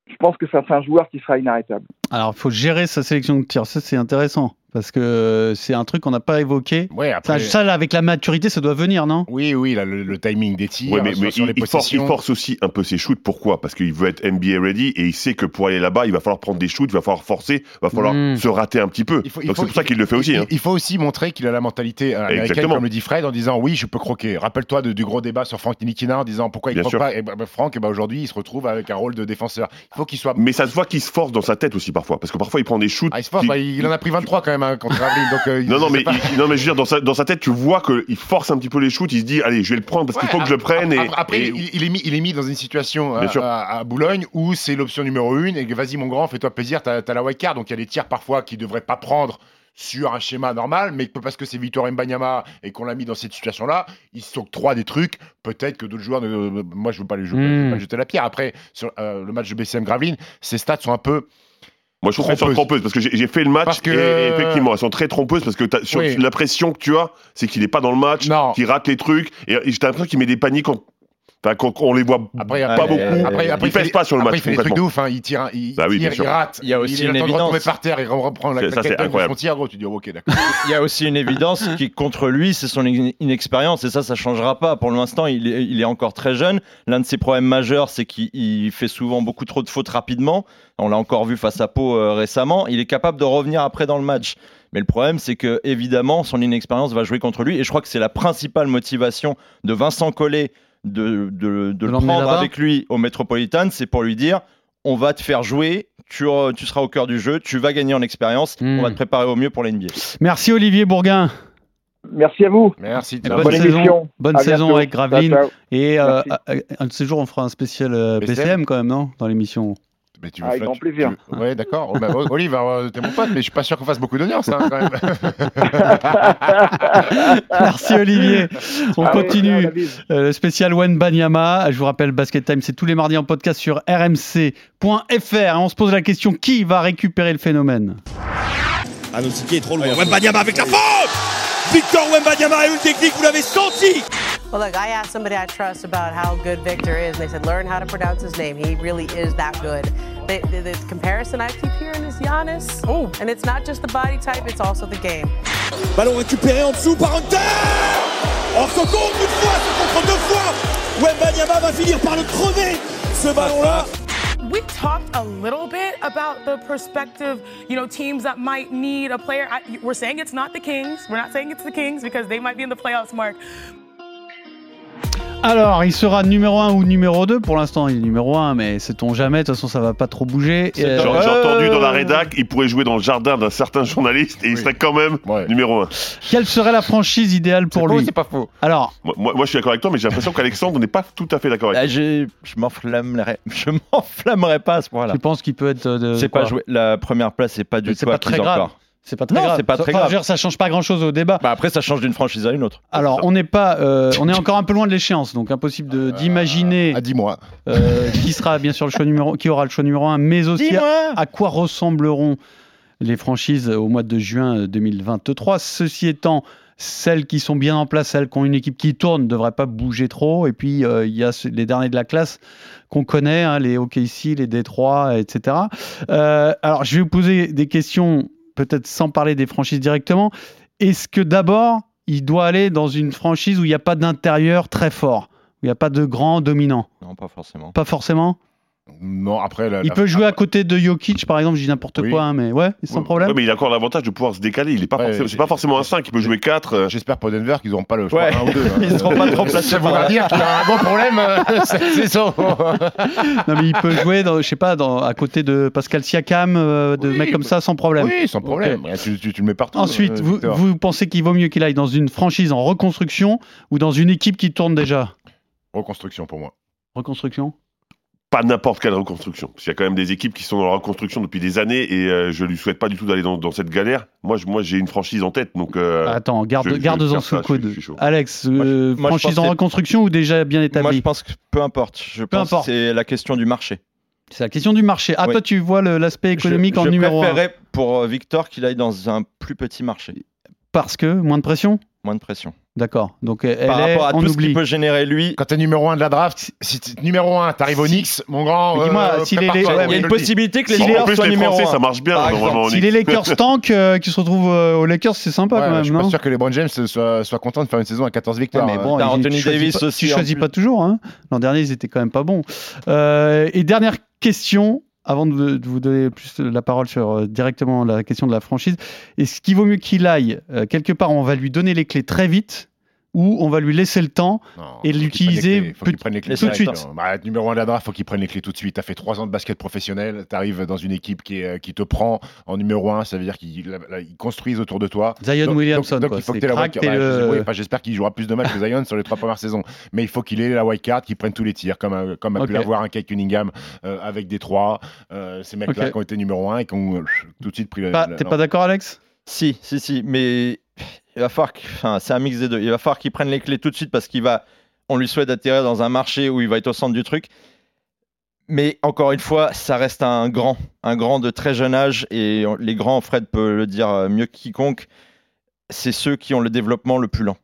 je pense que ça, c'est un joueur qui sera inarrêtable. Alors, il faut gérer sa sélection de tir. Ça, c'est intéressant parce que euh, c'est un truc qu'on n'a pas évoqué. Ouais, Ça, après. ça, là, avec la maturité, ça doit venir, non Oui, oui, là, le, le timing des tirs, Ouais, mais, sur, mais sur il, les il force, il possessions. force aussi un peu ses shoots. Pourquoi Parce qu'il veut être NBA ready et il sait que pour aller là-bas, il va falloir prendre des shoots, il va falloir forcer, il va falloir Mm. se rater un petit peu. Il faut- il Donc faut- c'est pour ça qu'il le fait il- aussi. Il, hein. il faut aussi montrer qu'il a la mentalité euh, américaine, Exactement. comme le dit Fred, en disant oui, je peux croquer. Rappelle-toi de- du gros débat sur Frank Nilikina en disant pourquoi il Bien croque sûr. pas. Et ben, ben, Franck, eh ben, aujourd'hui, il se retrouve avec un rôle de défenseur. Il faut qu'il soit. Mais ça se voit qu'il se force dans sa tête aussi parfois. Parce que parfois, il prend des shoots. Ah, il se force, qui- bah, il en a pris 23 quand même hein, contre Avril. donc, euh, il- Non, non, je mais, sais pas. il- non, mais je veux dire, dans sa, dans sa tête, tu vois qu'il force un petit peu les shoots, il se dit, allez, je vais le prendre parce qu'il Ouais, faut que je le ap- ap- prenne. et- ap- Après, et- il, il est mis, il est mis dans une situation à, Bien sûr. à- à Boulogne où c'est l'option numéro une et que vas-y, mon grand, fais-toi plaisir, t'as t'as la white card. Donc il y a des tirs parfois qu'il ne devrait pas prendre sur un schéma normal, mais que parce que c'est Victor Mbanyama et qu'on l'a mis dans cette situation-là, il s'octroie des trucs. Peut-être que d'autres joueurs. ne- euh, moi, je ne veux pas lui jeter, je veux Mm. pas lui jeter la pierre. Après, sur euh, le match de BCM Graveline, ses stats sont un peu. Moi, je trouve qu'elles sont Trompeuses. trompeuses parce que j'ai j'ai fait le match Parce que- et, et effectivement, elles sont très trompeuses parce que t'as- sur- Oui. l'impression que tu as, c'est qu'il est pas dans le match, Non. qu'il rate les trucs et, et j'ai l'impression qu'il met des paniques quand, enfin, quand- quand on les voit. Après, Pas après- beaucoup. Après, après, Il pèse Euh, fait- pas sur le après, match, Il fait des trucs de concrètement. ouf. hein. Il tire, il, Bah oui, bien tire, il sûr. rate. Il y a aussi a une le temps de évidence. retomber par terre et re- reprend la C'est- ça, c'est claquette de son incroyable. tir. Gros, tu dis, oh, ok, d'accord. Il y a aussi une évidence qui, contre lui, c'est son in- inexpérience et ça, ça changera pas. Pour l'instant, il, est- il est encore très jeune. L'un de ses problèmes majeurs, c'est qu'il il fait souvent beaucoup trop de fautes rapidement. On l'a encore vu face à Pau euh, récemment. Il est capable de revenir après dans le match. Mais le problème, c'est que évidemment, son inexpérience va jouer contre lui. Et je crois que c'est la principale motivation de Vincent Collet de, de- de le l'emmener prendre là-bas. avec lui au Metropolitan, c'est pour lui dire on va te faire jouer. Tu, auras- tu seras au cœur du jeu, tu vas gagner en expérience, Mm. on va te préparer au mieux pour l'NBA. Merci Olivier Bourguin. Merci à vous. Merci. Et Tom. bonne Bonne saison. émission. Bonne À saison bientôt. avec Ciao, Graveline. ciao. Et euh, Ah, Merci. à- à- un de ces jours, on fera un spécial euh, BCM. BCM quand même, non Dans l'émission. Mais tu Avec flat- grand tu- plaisir. tu- Ouais, d'accord. Oh, bah, O- Olive, alors, t'es mon pote, mais je suis pas sûr qu'on fasse beaucoup d'audience, hein, quand même. Merci Olivier. On Allez, ciao, continue. la bise. Euh, le spécial Wen Banyama. Je vous rappelle, Basket Time, c'est tous les mardis en podcast sur rmc.fr. Et On se pose la question qui va récupérer le phénomène Anosuke Ah, est trop loin. Wembanyama avec la faute Victor Wembanyama a eu le technique, vous l'avez senti Well, look, I asked somebody I trust about how good Victor is, and they said, learn how to pronounce his name. He really is that good. The, the, the comparison I keep hearing is Giannis. Oh. And it's not just the body type, it's also the game. Ballon récupéré en dessous par Hunter Hors seconde, une fois, se contre deux fois Wembanyama va finir par le crever Ce ballon-là we talked a little bit about the prospective, you know, teams that might need a player. I, we're saying it's not the Kings. We're not saying it's the Kings because they might be in the playoffs, Mark. Alors, il sera numéro 1 ou numéro 2. Pour l'instant, il est numéro 1, mais sait-on jamais. De toute façon, ça va pas trop bouger. euh, J'ai j'ai Euh. entendu dans la rédac, il pourrait jouer dans le jardin d'un certain journaliste et il serait quand même numéro 1. Quelle serait la franchise idéale pour lui faux. Alors, Moi, moi- moi, je suis d'accord avec toi, mais j'ai l'impression qu'Alexandre n'est pas tout à fait d'accord avec Là, Bah, j'ai- je m'enflammerais, je m'enflammerais pas à ce point-là. tu penses qu'il peut être. euh, de- C'est quoi pas joué. La première place, c'est pas du tout C'est pas très acquis grave. encore. C'est pas très Non, grave. c'est pas Enfin, très je veux grave. dire, ça change pas grand-chose au débat. Bah après, ça change d'une franchise à une autre. Alors, on n'est pas, euh, on est encore un peu loin de l'échéance, donc impossible Euh, de- d'imaginer. À 10 mois. Euh, qui sera bien sûr le choix numéro, qui aura le choix numéro 1, mais aussi Dis-moi à, à quoi ressembleront les franchises au mois de juin euh, 2023. Ceci étant, celles qui sont bien en place, celles qui ont une équipe qui tourne, ne devraient pas bouger trop. Et puis, euh, il y a ce- les derniers de la classe qu'on connaît, hein, les OKC, les Détroits, etc. Euh, alors, je vais vous poser des questions, peut-être sans parler des franchises directement. Est-ce que d'abord, il doit aller dans une franchise où il n'y a pas d'intérieur très fort, où il n'y a pas de grand dominant Ah, Non, pas forcément. Pas forcément Non, après, la- il la- peut jouer à côté de Jokic, par exemple, je dis n'importe Ah, Oui. quoi, hein, mais ouais, sans Ouais, problème. ouais, mais il a encore l'avantage de pouvoir se décaler. Il est pas Ouais, forcément- j'ai- c'est pas forcément un 5, il peut jouer 4. euh, Bah, J'espère pour Denver qu'ils n'auront pas le choix Ouais. un ou deux. hein. Ils seront pas trop placés Ça par voudra là. dire qu'il y a un gros problème euh, cette saison. Non, mais il peut jouer, dans, je sais pas, dans, à côté de Pascal Siakam, euh, de Oui, mecs comme il peut- ça, sans problème. Oui, sans problème. Tu, tu- tu le mets partout. Ensuite, euh, vous, Victor. vous pensez qu'il vaut mieux qu'il aille dans une franchise en reconstruction ou dans une équipe qui tourne déjà Reconstruction pour moi. Reconstruction Pas n'importe quelle reconstruction. Parce qu'il y a quand même des équipes qui sont dans la reconstruction depuis des années et euh, je lui souhaite pas du tout d'aller dans, dans cette galère. Moi, je- moi, j'ai une franchise en tête, donc. euh, Ah, Attends, garde, je- je vais garde-en faire sous ça, le je suis- coude. je suis chaud. Alex, euh, Moi, je- moi, je franchise pense en que- reconstruction ou déjà bien Moi, je établie pense que peu importe. Je pense importe. que c'est la question du marché. C'est la question du marché. Ah, Oui. toi, tu vois le- l'aspect économique je, en je numéro 1. préférerais pour euh, Victor qu'il aille dans un plus petit marché. Parce que moins de pression Moins de pression. D'accord. Donc, elle Par est, rapport à on tout ce oublie. qu'il peut générer lui. Quand t'es numéro 1 de la draft, si t'es numéro 1, t'arrives au Si- Knicks, mon grand. Mais dis-moi, euh, si les- ouais, prépare-toi, je Il y mais a te une le dis. possibilité que les Si- en Lakers plus, soient les numéro Français, ça 1. marche bien Par normalement. en Si Ligue. les Lakers tankent, euh, qu'ils se retrouvent euh, aux Lakers, c'est sympa Ouais, quand je même, suis pas non sûr que LeBron James soit, soit content de faire une saison à 14 victoires. Ouais, mais Euh, bon, T'as ils- Anthony tu choisis Davis pas- aussi, Tu en choisis plus. pas toujours. hein. L'an dernier, ils étaient quand même pas bons. Euh, et dernière question, avant de, de vous donner plus la parole sur euh, directement la question de la franchise. Est-ce qu'il vaut mieux qu'il aille euh, quelque part où on va lui donner les clés très vite ou on va lui laisser le temps non, et faut l'utiliser qu'il prenne les clés, faut qu'il peut- prenne les clés tout de directement. suite. Bah, être numéro 1 de la draft, faut qu'il prenne les clés tout de suite. T'as fait 3 ans de basket professionnel, t'arrives dans une équipe qui, est- euh, qui te prend en numéro 1, ça veut dire qu'ils la- la- ils construisent autour de toi. Zion Donc- Williamson, donc- donc quoi. il faut que C'est t'aies la crack, white card. t'es Bah, je le- sais- oui, enfin, J'espère qu'il jouera plus de matchs que Zion sur les trois premières saisons. Mais il faut qu'il ait la white card, qu'il prenne tous les tirs, comme a, comme a Ok. pu l'avoir un Kate Cunningham euh, avec Détroit. Euh, ces mecs-là Ok. qui ont été numéro 1 et qui ont euh, tout de suite pris le. Pas- le- Bah, T'es pas d'accord, Alex Si, si, si, mais il va falloir qu'il- enfin, c'est un mix des deux. Il va falloir qu'il prenne les clés tout de suite parce qu'il va. On lui souhaite d'atterrir dans un marché où il va être au centre du truc. Mais encore une fois, ça reste un grand, un grand de très jeune âge et on- les grands, Fred peut le dire euh, mieux que quiconque, c'est ceux qui ont le développement le plus lent.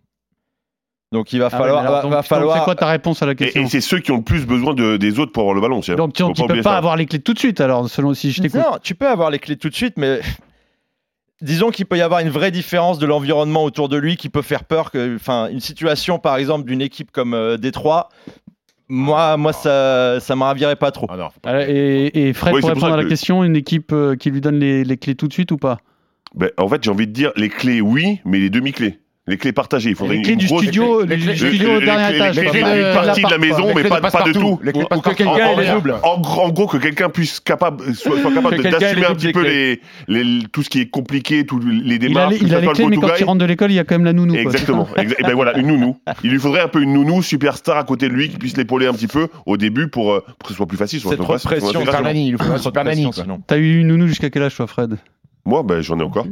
Donc il va Ah ouais, falloir, mais alors, va- donc- va donc falloir- C'est quoi ta réponse à la Et, question et c'est ceux qui ont le plus besoin de- des autres pour avoir le ballon. tiens. Donc tu Faut ne peux oublier pas ça. avoir les clés tout de suite, alors, selon si je t'écoute. Non, tu peux avoir les clés tout de suite, mais disons qu'il peut y avoir une vraie différence de l'environnement autour de lui qui peut faire peur. Que, enfin, une situation, par exemple, d'une équipe comme euh, Détroit, moi, moi, ça, ça me ravirait pas trop. Ah non, faut pas- Alors, Et, et Fred, Oui, pour c'est pour répondre ça à la que- question, une équipe euh, qui lui donne les, les clés tout de suite ou pas Ben, en fait, j'ai envie de dire les clés, oui, mais les demi-clés. Les clés partagées. Il faudrait Les une clés du grosse- studio, les, les clés- les studio clés- au les dernier clés- étage. euh, les quoi. clés Pas- d'une partie pas de la l'appart, quoi. maison, Les mais pas, clés de pas de passe-partout. tout. Les clés de Ou- ou passe-partout. Ah, que- en- Quelqu'un en- les double. En, gr- en gros, que quelqu'un puisse capable, soit, soit capable Que de- quelqu'un d'assumer les un double petit les peu les, clés. les- tout ce qui est compliqué, tout les Il a démarches, les, il que a ça les soit clés, le mais quand go-to il guy. rentre de l'école, il y a quand même la nounou. quoi, c'est ça Exactement. Exa- ben voilà, une nounou. Il lui faudrait un peu une nounou superstar à côté de lui qui puisse l'épauler un petit peu au début pour, euh, pour que ce soit plus facile. sur C'est son trop de passe- son pression, intégration. Fernand. Supernani, il lui faudra Trop de Supernani, pression, quoi. sinon. T'as eu une nounou jusqu'à quel âge, toi, Fred Moi, ben, j'en ai encore.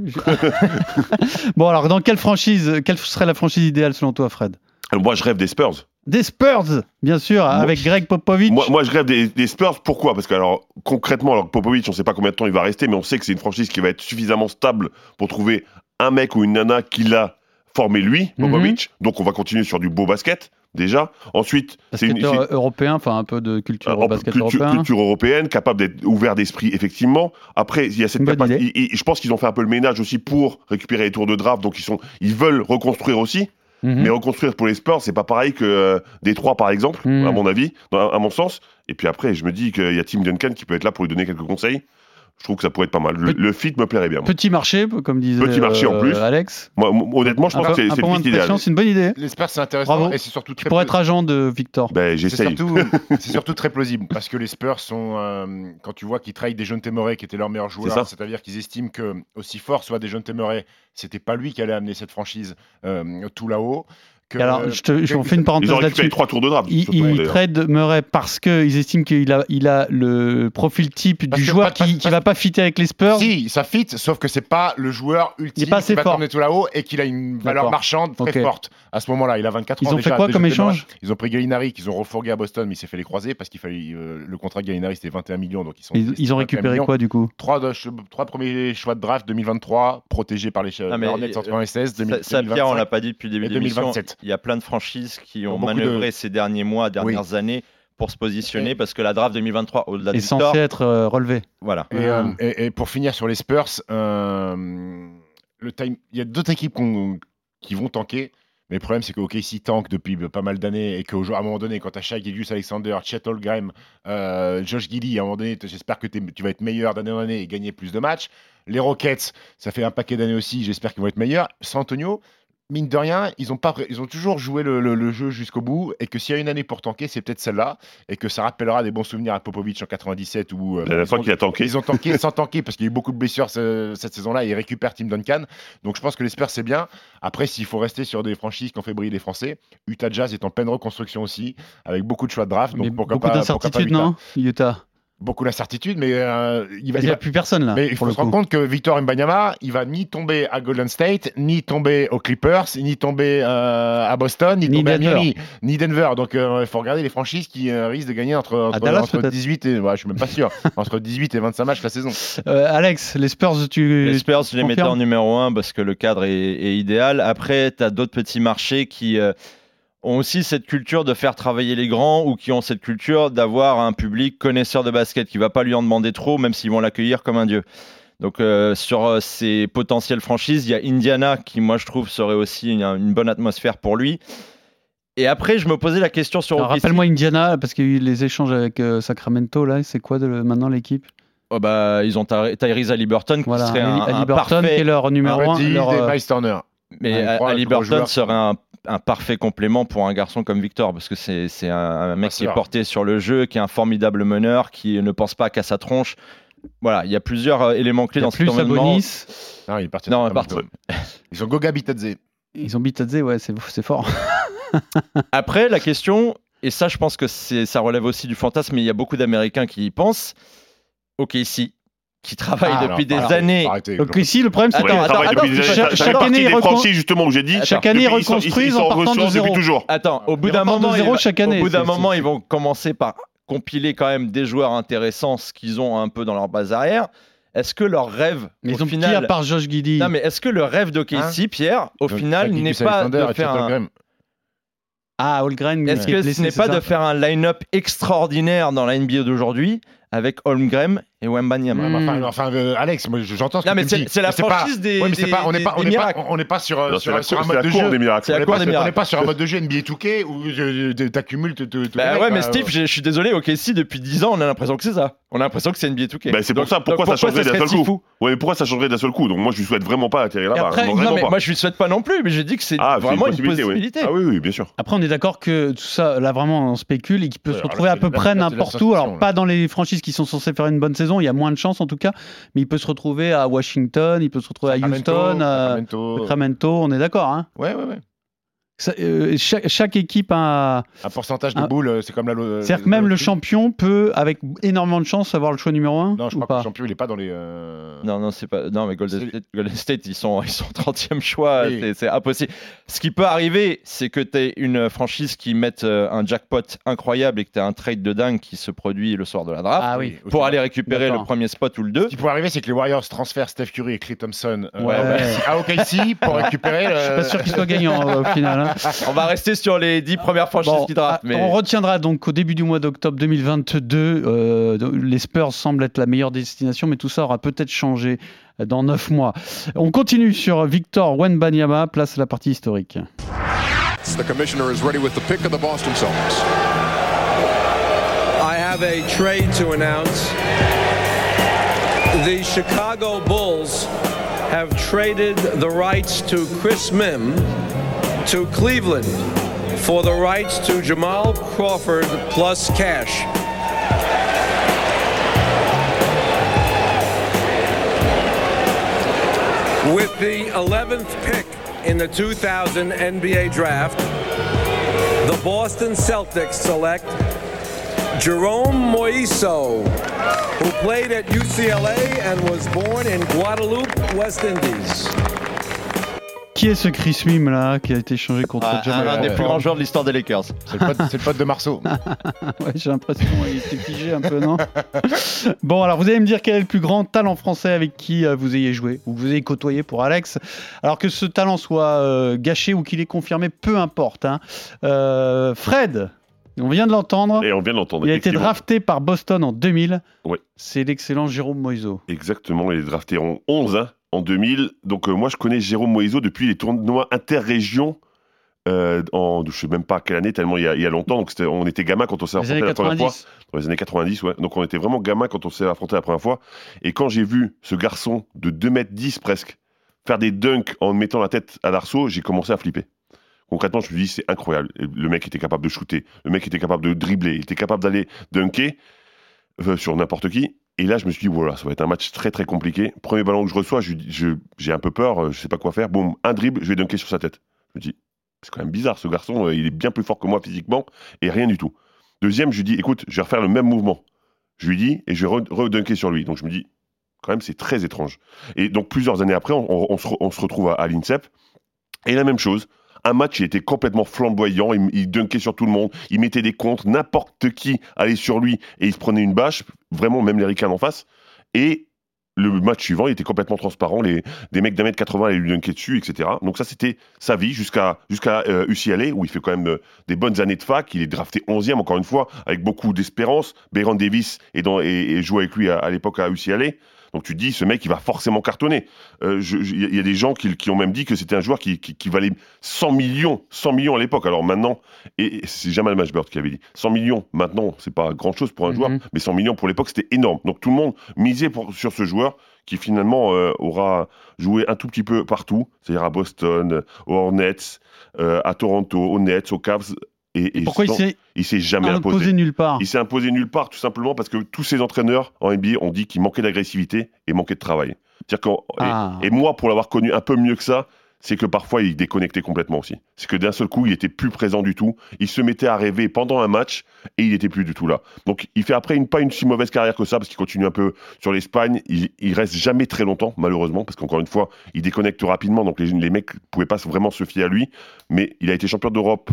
Bon, alors, dans quelle franchise, quelle serait la franchise idéale selon toi, Fred Alors, Moi, je rêve des Spurs. Des Spurs, bien sûr, avec Greg Popovich. Moi, moi, je rêve des, des Spurs. Pourquoi Parce que alors concrètement, alors Popovic, on ne sait pas combien de temps il va rester, mais on sait que c'est une franchise qui va être suffisamment stable pour trouver un mec ou une nana qui l'a formé lui, Mhm. Popovic. Donc on va continuer sur du beau basket déjà. Ensuite, c'est une, Basketteur c'est- européen, enfin un peu de culture en- basket culture, européen. culture européenne, capable d'être ouvert d'esprit, effectivement. Après, il y a cette Une bonne capacité. et- et Je pense qu'ils ont fait un peu le ménage aussi pour récupérer les tours de draft, donc ils, sont, ils veulent reconstruire aussi. Mhm. Mais reconstruire pour les Spurs, c'est pas pareil que euh, Détroit, par exemple, Mhm. à mon avis, dans- à mon sens. Et puis après, je me dis qu'il y a Tim Duncan qui peut être là pour lui donner quelques conseils. Je trouve que ça pourrait être pas mal. Le, le fit me plairait bien. moi. Petit marché, comme disait Petit marché en euh, plus. Alex. Moi, moi, honnêtement, je Un pense peu- que c'est c'est un peu le moins fit de idéal. pression, c'est une bonne idée. L'espère, c'est intéressant Bravo. et c'est surtout très Pour peu- être agent de Victor. Ben, C'est J'essaye. surtout, c'est surtout très plausible parce que les Spurs sont, euh, quand tu vois qu'ils trahissent des jeunes Témoré qui étaient leurs meilleurs ça. joueurs, c'est-à-dire qu'ils estiment que aussi fort soit des jeunes Témoré, c'était pas lui qui allait amener cette franchise euh, tout là-haut. Que, euh, Et alors, je te- je- on fait une parenthèse Ils ont récupéré là-dessus. trois tours de draft. Ils, surtout, ils d'ailleurs. trade Murray parce qu'ils estiment qu'il a, il a le profil type Parce du que joueur pas- pas- qui ne va pas fitter avec les Spurs. Si, ça fit, sauf que c'est pas le joueur ultime pas assez qui va fort. t'emmener tout là-haut et qu'il a une valeur D'accord. marchande très Ok. forte à ce moment-là. Il a 24 Ils ans. ont déjà, fait quoi déjà comme Témoré. échange Ils ont pris Gallinari qu'ils ont refourgué à Boston, mais il s'est fait les croiser parce qu'il fallait euh, le contrat de Gallinari c'était 21 millions, donc ils sont. Ils, ils ont 21 récupéré millions. quoi du coup Trois, de- ch- trois premiers choix de draft 2023 protégés par les ch- Ah, mais, Hornets en euh, 96, 2000, Ça, ça, Pierre, on 2025. l'a pas dit depuis le début et de l'émission. 2027. Il y a plein de franchises qui ont Beaucoup de- manœuvré ces derniers mois, dernières années pour se positionner parce que la draft 2023, au-delà de Est Victor, censé être euh, relevé. Ah. voilà. Et, euh, et- et pour finir sur les Spurs, euh, le time, il y a d'autres équipes qu'on- qui vont tanker. Mais le problème, c'est que OKC tank depuis pas mal d'années et qu'à un moment donné, quand tu as Shai Gillius Alexander, Chet Holmgren, euh, Josh Gilly, à un moment donné, t- j'espère que t'es- tu vas être meilleur d'année en année et gagner plus de matchs. Les Rockets, ça fait un paquet d'années aussi, j'espère qu'ils vont être meilleurs. San Antonio, mine de rien, ils ont, pas, ils ont toujours joué le, le- le jeu jusqu'au bout et que s'il y a une année pour tanker, c'est peut-être celle-là et que ça rappellera des bons souvenirs à Popovic en 97 ou euh, La dernière fois qu'il a tanké. ils ont tanké sans tanker parce qu'il y a eu beaucoup de blessures ce- cette saison-là. et Ils récupèrent Tim Duncan. Donc je pense que les Spurs, c'est bien. Après, s'il faut rester sur des franchises qui ont fait briller les Français, Utah Jazz est en pleine reconstruction aussi, avec beaucoup de choix de draft. Donc Mais pourquoi beaucoup pas- pourquoi pas d'incertitudes, Utah. non Utah. Beaucoup d'incertitudes, mais euh, il va. Il il n'y a va- plus personne là. mais il pour faut le se rendre coup. compte que Victor Mbanyama, il va ni tomber à Golden State, ni tomber aux Clippers, ni tomber euh, à Boston, ni, Ni tomber Denver. à Miami, ni Denver. Donc euh, il faut regarder les franchises qui euh, risquent de gagner entre, entre, Dallas, entre peut-être. 18 et. ouais, je suis même pas sûr. entre 18 et 25 matchs la saison. Euh, Alex, les Spurs, tu. Les Spurs, je les mettais en confirmes numéro 1 parce que le cadre est, est idéal. Après, tu as d'autres petits marchés qui euh, ont aussi cette culture de faire travailler les grands ou qui ont cette culture d'avoir un public connaisseur de basket qui va pas lui en demander trop, même s'ils vont l'accueillir comme un dieu. Donc, euh, sur euh, ces potentielles franchises, il y a Indiana qui, moi, je trouve, serait aussi une, une bonne atmosphère pour lui. Et après, je me posais la question sur Alors, OKC. Rappelle-moi Indiana, parce qu'il y a eu les échanges avec euh, Sacramento, là, c'est quoi de, le- maintenant l'équipe Oh, bah, ils ont Ty- Tyrese Haliburton qui Voilà, serait un, Ali- un Haliburton, parfait- qui est leur Ah, numéro 1. Brady, Leur, euh, Miles Turner. Mais Ouais, trois- trois Burton joueurs. serait un, un parfait complément pour un garçon comme Victor, parce que c'est c'est un, un mec Ah, c'est qui est vrai. porté sur le jeu, qui est un formidable meneur, qui ne pense pas qu'à sa tronche. Voilà, il y a plusieurs euh, éléments il clés y a dans plus cet environnement. Sabonis, Non, il est parti. Non, Ah, Ah, il est parti. bon. Ils ont Goga Bitadze. ils ont Bitadze, ouais, c'est c'est fort. Après, la question, et ça, je pense que c'est- ça relève aussi du fantasme, mais il y a beaucoup d'Américains qui y pensent. Ok, ici, qui travaille Ah, depuis non, des alors, années. arrêtez. Donc ici, le problème, c'est Attends, Ouais, que ça va, attends, depuis des attends, années, chaque- ça- ça chaque fait partie année, des ils recon- franchises, justement, où j'ai dit. Chaque année, ils depuis- sont- reconstruisent ils sont en partant de ressources zéro. depuis toujours. Attends, Ah, au bout Ils d'un repartent moment, de zéro il va- chaque année, au bout d'un c'est- moment, c'est- ils vont commencer par compiler quand même des joueurs intéressants, ce qu'ils ont un peu dans leur base arrière. Est-ce que leur rêve, Mais au ils ont qui à final, part Josh Giddy non mais est-ce que le rêve de Casey, Pierre, au Donc, final, Shai n'est Gilgeous pas Alexander de et faire Chet un, Holmgren. Ah, Holgren. est-ce que ce n'est pas de faire un line-up extraordinaire dans la NBA d'aujourd'hui avec Holmgren et Wembanyama Ouais, Hmm. mais Enfin, enfin, euh, Alex, moi, je- j'entends ce Non, que mais tu c'est- me dis. c'est la Mais franchise pas... des- Ouais, mais c'est des- pas- on n'est pas, des on n'est pas, miracles. on n'est pas sur, euh, Non, C'est sur, la sur cour- un c'est mode la de cour jeu. des miracles. C'est On la n'est cour pas- des on miracles. n'est pas sur un mode de jeu NBA 2K où euh, euh, t'accumules. te- te- te- Bah mec, ouais, mais bah, Steve, je, je suis désolé, ok, si depuis 10 ans, on a l'impression que c'est ça. On a l'impression que c'est NBA 2K. Bah, c'est pour Donc- ça, pourquoi donc ça changerait d'un serait seul si coup fou Ouais, mais pourquoi ça changerait d'un seul coup Donc moi, je lui souhaite vraiment pas atterrir Et là-bas. après, Non, non, vraiment mais pas. moi je lui souhaite pas non plus, mais j'ai dit que c'est Ah, c'est vraiment une possibilité. oui. Ah oui, oui, bien sûr. Après, on est d'accord que tout ça, là vraiment, on spécule et qu'il peut Ouais, se alors là, retrouver à c'est- peu là, près là, c'est la n'importe où. sensation, Alors, là. pas dans les franchises qui sont censées faire une bonne saison, il y a moins de chances en tout cas, mais il peut se retrouver à Washington, il peut se retrouver à Sacramento, Houston, euh, à Sacramento. Sacramento, on est d'accord. Hein Ouais, ouais, ouais. Ça, euh, chaque, chaque équipe a. Un pourcentage Ah. de boules, euh, c'est comme la. lo- C'est-à-dire que la même le loterie. champion peut, avec énormément de chance, avoir le choix numéro 1 Non, je ou crois que pas. le champion, il est pas dans les. euh, Non, non, c'est pas. Non, mais Golden C'est- State, Golden State, ils sont, ils sont 30e choix, Oui. c'est- c'est impossible. Ce qui peut arriver, c'est que tu es une franchise qui mette euh, un jackpot incroyable et que tu as un trade de dingue qui se produit le soir de la draft Ah oui. au pour final. aller récupérer D'accord. le premier spot ou le deux. Ce qui pourrait arriver, c'est que les Warriors transfèrent Steph Curry et Clay Thompson euh, Ouais. à OKC pour récupérer. Je suis pas sûr qu'il soit gagnant euh, au final. hein. On va rester sur les 10 premières franchises Bon, qui draftent. ah, mais... On retiendra donc qu'au début du mois d'octobre 2022, euh, donc les Spurs semblent être la meilleure destination, mais tout ça aura peut-être changé euh, dans 9 mois. On continue sur Victor Wenbanyama, place à la partie historique. The commissioner is ready with the pick of the Boston Celtics. I have have a trade to announce. The Chicago Bulls have traded the rights to Chris Mim to Cleveland for the rights to Jamal Crawford plus cash. With the 11th pick in the 2000 NBA draft, the Boston Celtics select Jerome Moiso, who played at UCLA and was born in Guadeloupe, West Indies. Qui est ce Chris Mim là qui a été changé contre Ah, Jamal un des plus Crawford grands joueurs de l'histoire des Lakers. C'est le pote- c'est de Marceau. Ouais, j'ai l'impression qu'il était pigé un peu, non Bon, alors vous allez me dire quel est le plus grand talent français avec qui euh, vous ayez joué ou que vous ayez côtoyé pour Alex. Alors que ce talent soit euh, gâché ou qu'il est confirmé, peu importe. hein. Euh, Fred, on vient de l'entendre. Et on vient de l'entendre. Il a été effectivement. drafté par Boston en 2000. Ouais. C'est l'excellent Jérôme Moiseau. Exactement, il est drafté en 11 hein, en 2000. Donc euh, moi je connais Jérôme Moïseau depuis les tournois interrégions. euh, en, je sais même pas quelle année, tellement il y a, il y a longtemps. Donc c'était- on était gamin quand on s'est Les affronté années la première fois. 90. Dans les années 90, ouais. Donc on était vraiment gamin quand on s'est affronté la première fois. Et quand j'ai vu ce garçon de 2m10 presque faire des dunks en mettant la tête à l'arceau, j'ai commencé à flipper. Concrètement, je me suis dit, c'est incroyable. Le mec était capable de shooter, le mec était capable de dribbler, il était capable d'aller dunker euh, sur n'importe qui. Et là, je me suis dit, voilà, ça va être un match très très compliqué. Premier ballon que je reçois, je- je- j'ai un peu peur, euh, je sais pas quoi faire. Boum, un dribble, je vais dunker sur sa tête. Je me dis, c'est quand même bizarre, ce garçon, euh, il est bien plus fort que moi physiquement et rien du tout. Deuxième, je lui dis, écoute, je vais refaire le même mouvement. Je lui dis, et je vais re- redunker sur lui. Donc je me dis, quand même, c'est très étrange. Et donc plusieurs années après, on, on- on se, re- on se retrouve à, à l'INSEP. Et la même chose, un match, il était complètement flamboyant, il, il dunkait sur tout le monde, il mettait des comptes, n'importe qui allait sur lui et il se prenait une bâche, vraiment, même les ricains en face. Et le match suivant, il était complètement transparent, les, des mecs d'un mètre 80 allaient lui dunker dessus, etc. Donc ça, c'était sa vie jusqu'à jusqu'à euh, UCLA, où il fait quand même euh, des bonnes années de fac, il est drafté 11e, encore une fois, avec beaucoup d'espérance. Bayron Davis est dans, et, joue avec lui à, à l'époque à UCLA. Donc tu te dis, ce mec, il va forcément cartonner. Euh, je- je- Il y a des gens qui, qui ont même dit que c'était un joueur qui, qui- qui valait 100 millions, 100 millions à l'époque. Alors maintenant, et et c'est Jamal Mashburn qui avait dit, 100 millions maintenant, c'est pas grand-chose pour un Mhm. joueur, mais 100 millions pour l'époque, c'était énorme. Donc tout le monde misait pour- sur ce joueur qui finalement euh, aura joué un tout petit peu partout, c'est-à-dire à Boston, aux Hornets, euh, à Toronto, aux Nets, aux Cavs. Et, et pourquoi il sans- s'est- il s'est jamais imposé. Imposé nulle part. Il s'est imposé nulle part, tout simplement parce que tous ces entraîneurs en NBA ont dit qu'il manquait d'agressivité et manquait de travail. C'est-à-dire qu'en- et- Ah. et, moi, pour l'avoir connu un peu mieux que ça, c'est que parfois il déconnectait complètement aussi. C'est que d'un seul coup, il était plus présent du tout. Il se mettait à rêver pendant un match et il était plus du tout là. Donc, il fait après une pas une si mauvaise carrière que ça parce qu'il continue un peu sur l'Espagne. Il, il reste jamais très longtemps, malheureusement, parce qu'encore une fois, il déconnecte rapidement. Donc, les, les mecs pouvaient pas vraiment se fier à lui. Mais il a été champion d'Europe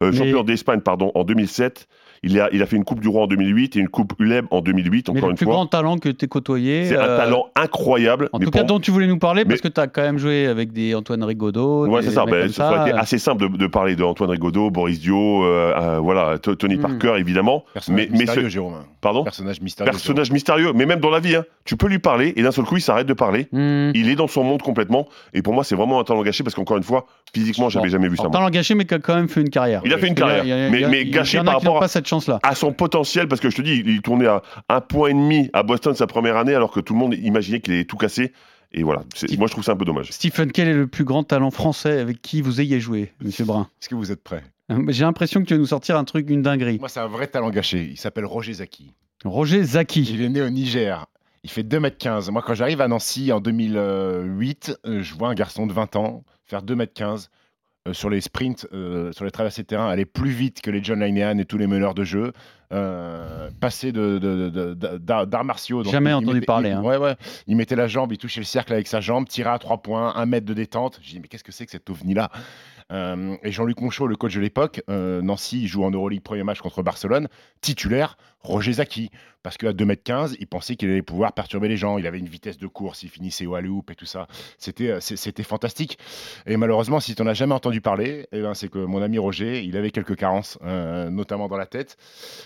euh, champion d'Espagne pardon en 2007 il a, il a fait une coupe du roi en 2008 et une coupe ULEB en 2008 Mais encore le une plus fois grand talent que tu as côtoyé. c'est un euh, talent incroyable En mais tout cas, pour- dont tu voulais nous parler, parce que tu as quand même joué avec des Antoine Rigaudot. Ouais, des c'est ça. mecs Ben, comme ça aurait été euh, assez simple de, de parler d'Antoine Rigaudot, Boris Dio, euh, euh, voilà, T- Tony Hmm. Parker, évidemment. Personnage mystérieux, ce- Jérôme. Pardon Personnage mystérieux. Personnage mystérieux, mais même dans la vie, hein. tu peux lui parler et d'un seul coup il s'arrête de parler. Hmm. Il est dans son monde complètement. Et pour moi, c'est vraiment un talent gâché parce qu'encore une fois, physiquement, j'avais jamais vu ça. en moi. talent gâché, mais qui a quand même fait une carrière. Il a fait une Parce que là, carrière, il y a- il y mais, a- mais il y gâché en a par qui n'ont rapport pas à, cette chance-là. à son potentiel, parce que je te dis, il, il tournait à un point et demi à Boston sa première année, alors que tout le monde imaginait qu'il allait tout casser. Et voilà, C'est- moi je trouve ça un peu dommage. Stephen, quel est le plus grand talent français avec qui vous ayez joué, Monsieur Brun Est-ce que vous êtes prêt Euh, J'ai l'impression que tu veux nous sortir un truc, une dinguerie. Moi, c'est un vrai talent gâché. Il s'appelle Roger Zaki. Roger Zaki. Il est né au Niger. Il fait 2m15. Moi, quand j'arrive à Nancy en 2008, euh, je vois un garçon de 20 ans faire 2m15 euh, sur les sprints, euh, sur les traversées de terrain, aller plus vite que les John Linehan et tous les meneurs de jeu, euh, passer de- de- de- de- d'a- d'arts martiaux. Donc, Jamais il entendu mettait- parler, il- hein. ouais, ouais. Il mettait la jambe, il touchait le cercle avec sa jambe, tirait à trois points, un mètre de détente. J'ai dit, mais qu'est-ce que c'est que cet ovni-là Euh, Et Jean-Luc Monchot, le coach de l'époque, euh, Nancy, il joue en Euroleague premier match contre Barcelone, titulaire Roger Zaki. Parce qu'à 2m15, il pensait qu'il allait pouvoir perturber les gens. Il avait une vitesse de course, il finissait au alley et tout ça. C'était euh, c'est- c'était fantastique. Et malheureusement, si tu n'en as jamais entendu parler, eh ben, c'est que mon ami Roger, il avait quelques carences, euh, notamment dans la tête.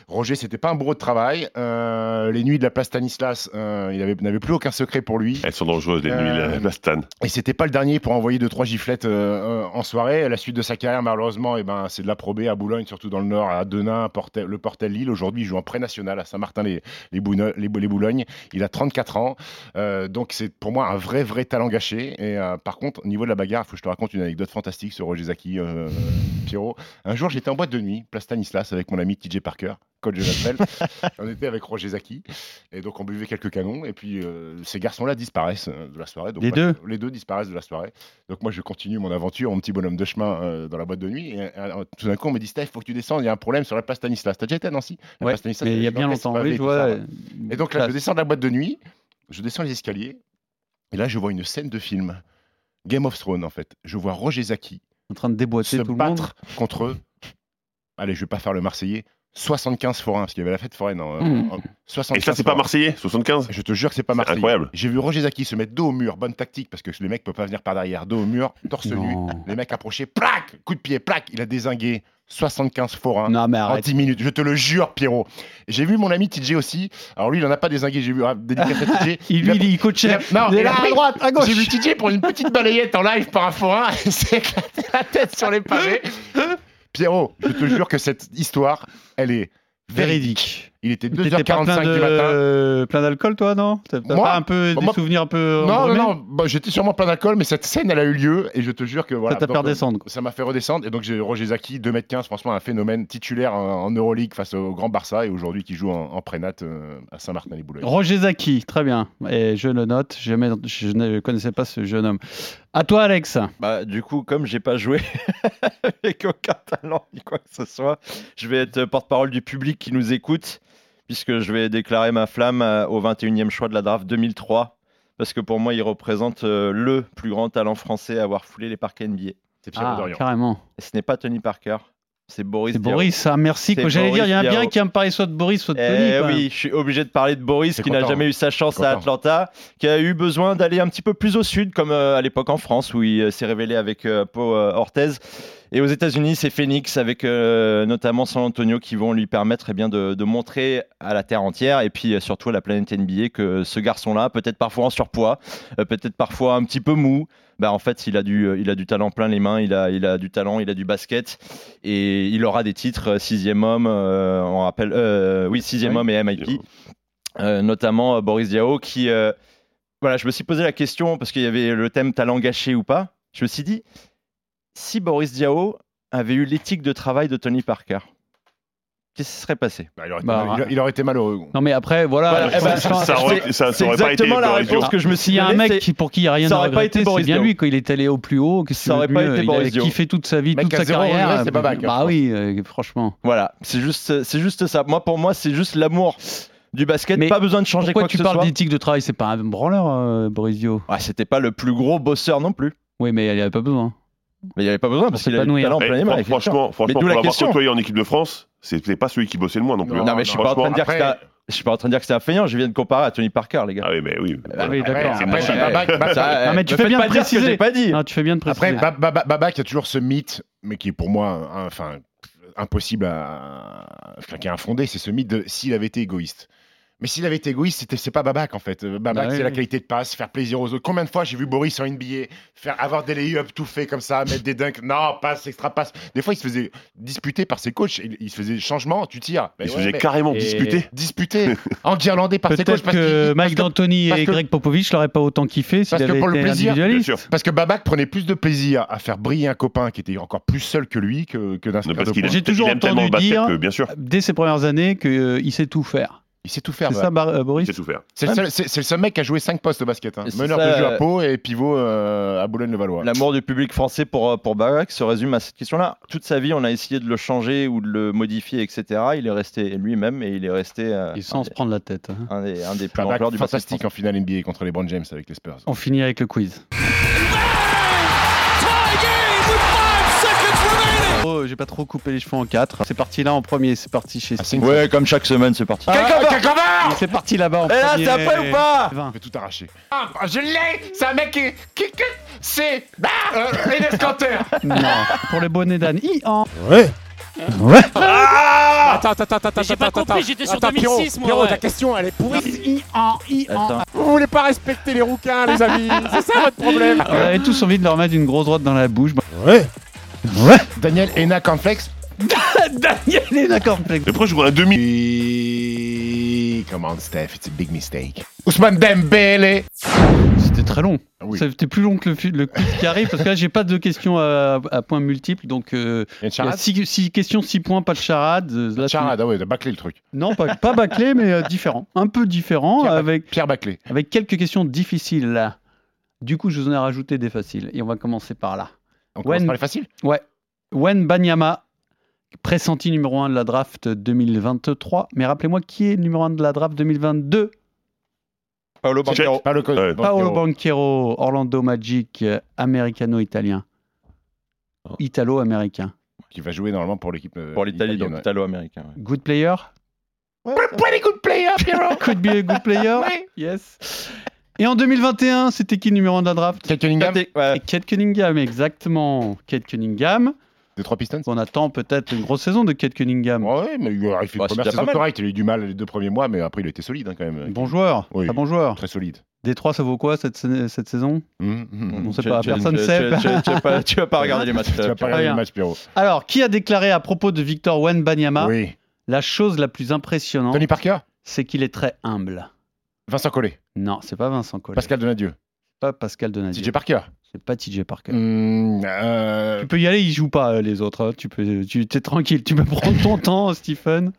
Roger, c'était pas un bourreau de travail. Euh, les nuits de la place Stanislas, euh, il avait- n'avait plus aucun secret pour lui. Elles sont dangereuses, les Euh, nuits, la, la stan. Et c'était pas le dernier pour envoyer deux trois giflettes euh, euh, en soirée. À la suite de sa carrière, malheureusement, et ben c'est de la probée à Boulogne, surtout dans le Nord, à Denain, Portel- le Portel Lille. Aujourd'hui, il joue en pré-national à Saint-Martin les les, Bouno- les, Bou- les Boulogne. Il a 34 ans, Euh, donc c'est pour moi un vrai vrai talent gâché. Et euh, par contre, au niveau de la bagarre, faut que je te raconte une anecdote fantastique sur Roger Zaki, euh, Pierrot. Un jour, j'étais en boîte de nuit, place Stanislas, avec mon ami TJ Parker. Coach de l'appel. on était avec Roger Zaki et donc on buvait quelques canons et puis euh, ces garçons-là disparaissent euh, de la soirée. Donc, Les moi, deux les deux disparaissent de la soirée. Donc moi, je continue mon aventure, mon petit bonhomme de chemin euh, dans la boîte de nuit. Et, euh, tout d'un coup, on me dit, Steph, faut que tu descendes, il y a un problème sur la place Stanislas. T'as déjà été à Nancy La Ouais, place Stanislas, mais il y a c'est bien l'orchestre longtemps, pavé, oui, je tout ça, vois, ouais. euh, Et donc là, je classe. descends de la boîte de nuit, je descends les escaliers, et là, je vois une scène de film. Game of Thrones, en fait. Je vois Roger Zaki en train de déboîter se tout le monde. battre contre eux. Allez, je vais pas faire le Marseillais. 75 forains, parce qu'il y avait la fête foraine. En, Hmm. Mmh. en- Et ça, Et 75 ça, c'est pas forains. Marseillais, 75 Je te jure que c'est pas Marseillais. incroyable. J'ai vu Roger Zaki se mettre dos au mur, bonne tactique, parce que les mecs peuvent pas venir par derrière, dos au mur, torse nu, les mecs approchés, plaque, coup de pied, plaque, il a dézingué 75 forains Non, mais en arrête. 10 minutes, je te le jure, Pierrot. J'ai vu mon ami TJ aussi, alors lui, il en a pas dézingué, j'ai vu, ah, dédicace à TJ. Il, lui, a- il, il coachait. il a- non, Il est il a là, à pris- droite, à gauche. J'ai vu TJ pour une petite balayette en live par un forain, il s'est éclaté la tête sur les pavés. Pierrot, je te jure que cette histoire, elle est véridique. Véridique. Il était T'étais pas 2h45 plein de- du matin. Plein d'alcool, toi, non T'as t'as Moi pas un peu des Moi- souvenirs un peu. Non, non, embrumés non, bah, j'étais sûrement plein d'alcool, mais cette scène, elle a eu lieu, et je te jure que voilà. t'a fait donc, euh, redescendre, quoi. Ça m'a fait redescendre, et donc j'ai Roger Zaki, 2m15, franchement, un phénomène titulaire en, en Euroleague face au Grand Barça, et aujourd'hui qui joue en, en prénat euh, à Saint-Martin-les-Boulogne. Roger Zaki, très bien. Et je le note, jamais- je ne connaissais pas ce jeune homme. À toi, Alex. Bah, du coup, comme j'ai pas joué avec aucun talent ni quoi que ce soit, je vais être porte-parole du public qui nous écoute, puisque je vais déclarer ma flamme euh, au 21e choix de la draft 2003, parce que pour moi, il représente euh, le plus grand talent français à avoir foulé les parquets NBA. C'est Pierrot Ah, Dorian. carrément. Et ce n'est pas Tony Parker, c'est Boris. C'est Diaw. Boris, ah, merci. C'est quoi. J'allais Boris dire, il y en a bien Diaw. qui aime parler soit de Boris, soit de Tony. Eh quoi. oui, je suis obligé de parler de Boris T'es qui n'a content, jamais hein. eu sa chance T'es à content. Atlanta, qui a eu besoin d'aller un petit peu plus au sud, comme euh, à l'époque en France où il euh, s'est révélé avec euh, Pau euh, Ortez. Et aux États-Unis, c'est Phoenix avec euh, notamment San Antonio qui vont lui permettre eh bien, de, de montrer à la terre entière et puis euh, surtout à la planète NBA que ce garçon-là, peut-être parfois en surpoids, euh, peut-être parfois un petit peu mou, bah en fait il a du euh, il a du talent plein les mains, il a il a du talent, il a du basket et il aura des titres euh, sixième homme, euh, on rappelle euh, oui sixième Oui. homme et MIP, Euh, notamment euh, Boris Diaw qui euh, voilà je me suis posé la question parce qu'il y avait le thème talent gâché ou pas, je me suis dit si Boris Diaw avait eu l'éthique de travail de Tony Parker, qu'est-ce qui se serait passé Bah, il, aurait été Bah, mal- il- il aurait été malheureux. Non, mais après, voilà. Voilà, eh ben, je pense- Ça aurait, ça, C'est ça aurait pas été exactement la Boris Diaw. réponse que je me suis S'il y a un donné, mec c'est- qui, pour qui il n'y a rien ça à aurait pas regretter, été c'est Boris bien Diaw. lui. Quand il est allé au plus haut, qu'est-ce que tu Ça veux aurait de pas mieux été Il Boris a Diaw. kiffé toute sa vie, Mec toute à sa zéro regret, carrière. c'est pas mal, Bah hein, oui, euh, franchement. Voilà, c'est juste, c'est juste ça. Moi, pour moi, c'est juste l'amour du basket. Mais pas besoin de changer Pourquoi quoi tu que ce parles soit. d'éthique de travail C'est pas un branleur, euh, Boris Dio. Ah, c'était pas le plus gros bosseur non plus. Oui, mais il n'y avait pas besoin. Mais il n'y avait pas besoin parce qu'il avait le s'épanouir. talent en Eh, plein fran- aimant, effectivement. franchement, franchement, d'où pour la l'avoir question. côtoyé en équipe de France, c'était pas celui qui bossait le moins non plus. hein. Non, mais je suis pas en train de dire que Après- c'est un- je suis pas en train de dire que c'est un feignant. Je viens de comparer à Tony Parker, les gars. Ah oui, mais oui. Ah oui, Après, d'accord. c'est après, moche. Babac- Babac- Ça, Non, euh, mais tu me fais faites bien de pas dire ce que préciser. j'ai pas dit. Non, tu fais bien de préciser. Après, Bab- Bab- Babac, il y a toujours ce mythe, mais qui est pour moi un- enfin, impossible à. Enfin, qui est infondé, c'est ce mythe de s'il avait été égoïste. Mais s'il avait été égoïste, c'était- c'est pas Babac en fait. Euh, Babac, Bah c'est oui. la qualité de passe, faire plaisir aux autres. Combien de fois j'ai vu Boris en NBA faire avoir des lay-ups tout fait comme ça, mettre des dunks, non, passe, extra passe. Des fois, il se faisait disputer par ses coachs, il, il se faisait changement, tu tires. Bah Il se ouais, faisait mais- carrément Et- disputer. Disputer, enguirlandé par ses coachs. Peut-être parce qu'il- que Mike parce que- D'Antoni parce et que- Greg Popovich l'auraient pas autant kiffé s'il parce que avait pour le été plaisir- individualiste. Bien sûr. Parce que Babac prenait plus de plaisir à faire briller un copain qui était encore plus seul que lui que, que d'inscrire Parce de qu'il points. aime- J'ai toujours il aime tellement le entendu basket dire- que, bien sûr, Ah Dès ses premières années, qu'il sait tout faire. Il sait tout faire. C'est Babac. ça, Bar- euh, Boris j'ai souffert. Ah bah, C'est le, seul- c'est- c'est le seul mec qui a joué 5 postes au basket. hein. Et c'est Meneur ça, de jeu euh, à Pau et pivot euh, à Boulogne-le-Valois. L'amour du public français pour, euh, pour Barack se résume à cette question-là. Toute sa vie, on a essayé de le changer ou de le modifier, etc. Il est resté lui-même et il est resté euh, Et un, sans se des, prendre la tête. hein. un des- un des plus grands Babac, joueurs du basket fantastique en finale NBA contre les Brown James avec les Spurs. On finit avec le quiz. Oh, j'ai pas trop coupé les cheveux en quatre. C'est parti là en premier, c'est parti chez Ah, Steve. c'est une- Eh Ouais, comme chaque semaine, c'est parti. Et C'est parti là-bas en Et là, premier. ça appelle ou pas Je vais tout arracher. Je l'ai C'est un mec qui... C'est Non, pour le bonnet d'âne. Hi, hein. en. Ouais Ouais. attends, attends, attends, attends. j'ai pas attends, compris, attends. j'étais sur Attends, Pierrot, 2006, moi, Pierrot, ouais. ta question, elle est pourrie. Attends. Vous voulez pas respecter les rouquins, les amis C'est ça votre problème On avait Euh, tous envie de leur mettre une grosse droite dans la bouche. Ouais. Ouais. Daniel Ena Cornflex. Daniel Ena Cornflex. Mais pourquoi je vois un demi Come on, Steph, it's a big mistake. Ousmane Dembélé. C'était très long. Ah Oui. C'était plus long que le, fu- le quiz qui arrive parce que là j'ai pas de questions à, à points multiples donc euh, Il y a une charade 6 questions 6 points pas de charade. euh, là, tu- Charade, ah ouais, t'as bâclé le truc. Non, pas, pas bâclé, mais euh, différent. Un peu différent. Pierre Bac- avec, Pierre Bâclé. Avec quelques questions difficiles. là. Du coup, je vous en ai rajouté des faciles. Et on va commencer par là. On commence par les faciles Ouais. Wen Banyama, pressenti numéro 1 de la draft 2023. Mais rappelez-moi qui est numéro 1 de la draft 2022 Paolo Banquero. Paolo Co- Paolo Banquero. Banquero, Orlando Magic, euh, américano-italien. Oh. Italo-américain. Qui va jouer normalement pour l'équipe. euh, Pour l'Italie, donc italienne, ouais. italo-américain. ouais. Good player Pretty good player, hein, Pierrot. Could be a good player Yes. Et en 2021, c'était qui le numéro 1 de la draft Kate Cunningham Kate, ouais. Et Kate Cunningham, exactement. Kate Cunningham. Des trois Pistons On attend peut-être une grosse saison de Kate Cunningham. Ouais, mais il a fait Bah, une première c'était pas saison mal. correcte. Il a eu du mal les deux premiers mois, mais après, il a été solide hein, quand même. Bon joueur, Oui. très bon joueur. Très solide. Détroit, ça vaut quoi cette, sa- cette saison Mhm, mhm. On sait Mm. Tu- pas, tu- personne tu- sait. tu- tu- tu- tu- pas- Tu vas pas regarder les matchs. Tu vas pas regarder rien. le match, Pierrot. Alors, qui a déclaré à propos de Victor Wenbanyama Oui. La chose la plus impressionnante, Tony Parker c'est qu'il est très humble. Vincent Collet Non, c'est pas Vincent Collet. Pascal Donadieu C'est pas Pascal Donadieu. TJ Parker C'est pas TJ Parker. Mmh, euh, Tu peux y aller, il joue pas euh, les autres. hein. Tu peux, tu t'es tranquille. Tu peux prendre ton temps, Stephen.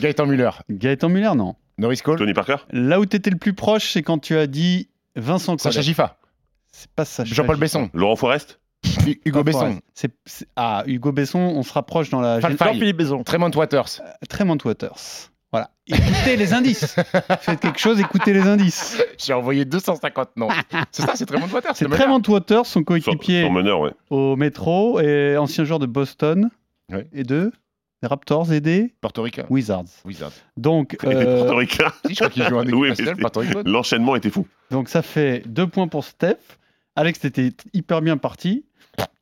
Gaëtan Muller Gaëtan Muller, non. Norris Cole Tony Parker Là où t'étais le plus proche, c'est quand tu as dit Vincent Collet. Sacha Giffa C'est pas Sacha. Jean-Paul Giffa. Besson Laurent Forest Hu- Hugo Pas Besson Forest. Ah, C'est- c'est- ah, Hugo Besson, on se rapproche dans la. Falfai. Jean-Philippe Bézon. Tremont Waters Tremont Waters. Voilà. Écoutez les indices. Faites quelque chose, écoutez les indices. J'ai envoyé 250 noms. c'est ça, c'est Tremont Waters C'est le meneur. Tremont Waters, son Son coéquipier son meneur, ouais. au métro, et ancien joueur de Boston Ouais. et de des Raptors et des Porto Ricain Wizards. Wizard. Donc, Et des Porto euh, Ricains. Si, je crois qu'il joue en équipe Oui, mais nationale, c'est- Porto Rico. L'enchaînement était fou. donc ça fait deux points pour Steph. Alex, t'étais hyper bien parti.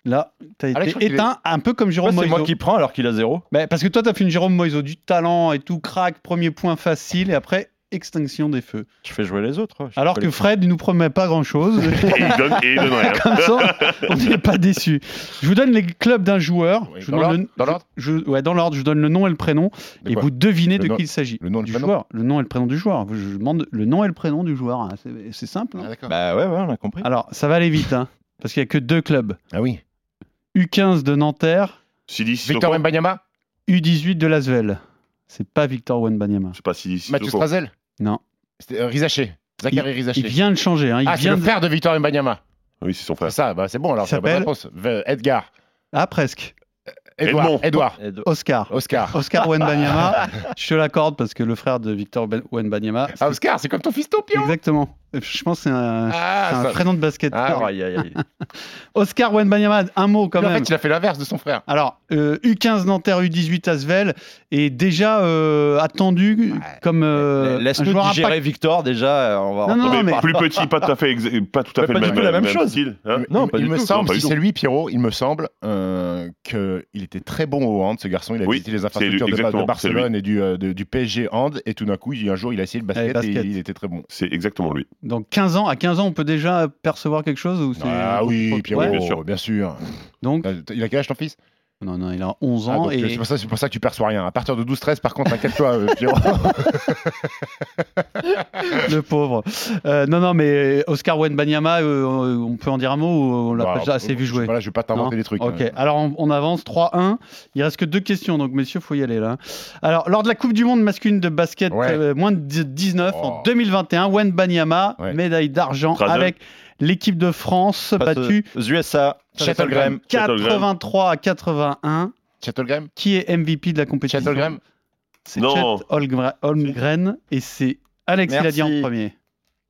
Là, t'as Alex, je été crois qu'il éteint, un peu comme Pourquoi Jérôme C'est moi Moïse. qui prends alors qu'il a zéro. parce que toi, t'as fait une Jérôme Moïse du talent et tout, crack, premier point facile, et après, extinction des feux. Je fais jouer les autres. Je Alors fais que les- Fred ne nous promet pas grand-chose. Et il donne, et il hein. donne rien. Comme ça, on n'est pas déçu. Je vous donne les clubs d'un joueur. Oui, Je vous dans donne le- l'ordre Dans l'ordre je, ouais, dans l'ordre, je vous donne le nom et le prénom De et quoi vous devinez Le de nom- qui il s'agit. le nom et le du prénom joueur, le nom et le prénom du joueur. Je vous demande le nom et le prénom du joueur. hein. C'est- C'est simple. hein. Ah, d'accord. Bah ouais, ouais, on a compris. Mmh. Alors, ça va aller vite, hein, parce qu'il n'y a que deux clubs. Ah oui. U15 de Nanterre, Sidi Sissoko. Victor Wembanyama U18 de Lasvel. C'est pas Victor Wenbanyama. Ah, Je sais pas si Mathieu Sissoko. Strazel Non. C'était, euh, Rizaché Zachary Rizaché Il vient de changer. hein, Il Ah, c'est vient le de- frère de Victor Wembanyama. Oui, c'est son frère. Ah, C'est ça, bah, c'est bon alors, Il c'est la bonne s'appelle réponse. V- Edgar. Ah, presque. Edouard. Edmond. Edouard. Et de- Oscar. Oscar. Oscar Wenbanyama. Je te l'accorde parce que le frère de Victor Ben- Wenbanyama. Ah, Oscar, c'est comme ton fiston, Pierrot Exactement. Je pense que c'est un, Ah, c'est un ça- prénom de basket. Ah, oui. Aïe, aïe, aïe. Oscar Wenbanyama, un mot quand en même. fait, il a fait l'inverse de son frère. Alors, euh, U15 Nanterre, U18 Asvel est déjà euh, attendu comme euh, La- un Laisse-nous joueur digérer impact. Victor déjà. euh, On va Non, non, Non, mais, non, mais plus petit, pas tout à fait, exa- pas tout à Mais fait pas le du même, tout la même chose. style. hein. non, pas il du me tout. Non, semble, pas si du c'est tout. lui, Pierrot, il me semble euh, qu'il était très bon au hand, ce garçon. Il a Oui, visité les c'est lui, infrastructures de, Bar- de exactement, c'est lui. Barcelone et du, euh, de- du PSG hand, et tout d'un coup, il- un jour, il a essayé le basket, Allez, basket. et il était très bon. C'est exactement lui. donc 15 ans, à 15 ans, on peut déjà percevoir quelque chose ou c'est- Ah oui, Ouais. Pierrot, bien bien sûr. sûr. Donc, Euh, t- Il a quel âge ton fils non, non, il a 11 Ah, ans donc, euh, C'est et pour, ça- c'est pour ça que tu perçois rien. À partir de 12-13, par contre, inquiète-toi, euh, Pierrot. le pauvre. Euh, non, non, mais Oscar Wenbanyama, euh, on peut en dire un mot ou on l'a Bah, pas déjà assez vu jouer Voilà, je vais pas t'inventer Non des trucs. Ok, hein. alors on, on avance 3-1. Il reste que deux questions, donc messieurs, faut y aller là. Alors, lors de la Coupe du Monde masculine de basket Ouais. euh, moins de 19 en Oh. 2021, Wen Banyama, Ouais. médaille d'argent Trazel. avec l'équipe de France Face battue aux USA, Shuttlegram. Shuttlegram. 83 à 81. Chattelgram Qui est MVP de la compétition Chattelgram C'est Chet Non. Holmgren, Holmgren, et c'est Alex il a dit en Merci. premier.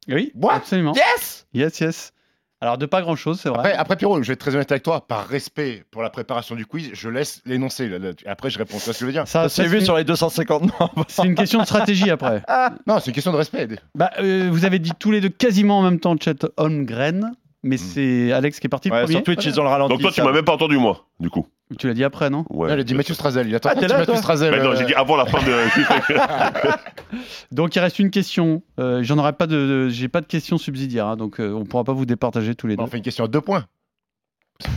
Oui, What absolument. Yes! Yes, yes. Alors, de pas grand-chose, c'est vrai. Après, après, Pierrot, je vais être très honnête avec toi, par respect pour la préparation du quiz, je laisse l'énoncer. là, là, tu- Après, je réponds. Tu vois ce que je veux dire Ça, C'est ça, vu c'est- sur Ah. les 250 membres. c'est une question de stratégie après. Non, c'est une question de respect. Bah, euh, vous avez dit tous les deux quasiment en même temps Chet Holmgren, mais c'est Alex qui est parti le Hmm. Ouais, premier. sur Twitch, ils ont le ralenti. Donc toi, tu ça. m'as même pas entendu, moi, du coup. Tu l'as dit après, non Ouais. Elle a dit Mathieu Strazel. Il attend Ah, t'es là, Mathieu toi Strazel. Mais Bah non, euh, j'ai dit ah, avant la fin de. Donc il reste une question. Euh, J'en aurai pas de, de- j'ai pas de question subsidiaire, hein, donc euh, on pourra pas vous départager tous les deux. On fait une question à deux points.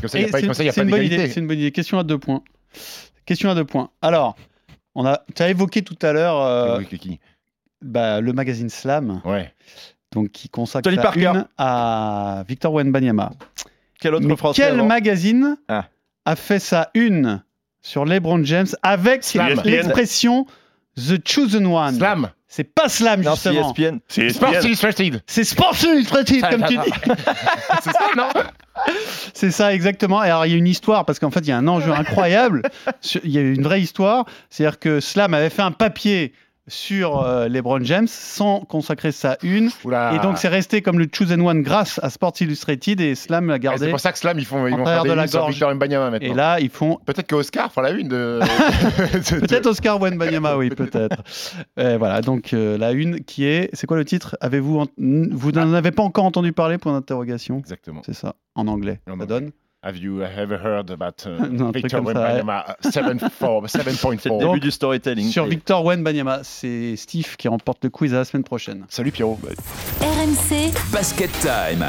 Comme ça, il n'y Et a pas, c'est- comme ça, y a c'est pas une bonne d'égalité. idée, C'est une bonne idée. Question à deux points. Question à deux points. Alors, on a, tu as évoqué tout à l'heure euh, Eh Oui, Kiki. bah, le magazine Slam, Ouais. donc qui consacre Tony la Parker. une à Victor Wenbanyama. Quel autre Mais français quel avant magazine Ah. a fait sa une sur LeBron James avec Slam. ESPN. l'expression The Chosen One Slam. C'est pas Slam Non, c'est justement. ESPN. C'est Sports ESPN. Illustrated. C'est Sports Illustrated Ça, comme ça, tu ça. dis. Ah, C'est ça, non C'est ça, exactement. Et alors, il y a une histoire, parce qu'en fait, il y a un enjeu incroyable. Sur- Il y a une vraie histoire. C'est-à-dire que Slam avait fait un papier sur euh, LeBron James sans consacrer sa une. Oula. Eh, Et donc, c'est resté comme le Chosen One grâce à Sports Illustrated. Et Slam l'a Et C'est gardé. pour ça que Slam, ils, font, ils En vont travers faire des de la lignes sur gorge. Victor Mbanyama Et maintenant. là, ils font Peut-être qu'Oscar fera la une de. peut-être Oscar Wenbanyama, oui, peut-être. Euh, voilà, donc euh, la une qui est. C'est quoi le titre Avez-vous en- Vous n'en avez pas encore entendu parler Point d'interrogation. Exactement. C'est ça, en anglais. En Ça anglais. donne Have you ever heard about uh, Non, un truc Victor comme ça, Wembanyama 7.4 C'est le début 7.4 du storytelling. Sur Victor Wenbanyama, c'est Steve qui remporte le quiz à la semaine prochaine. Salut Pierrot. RMC, Basket Time.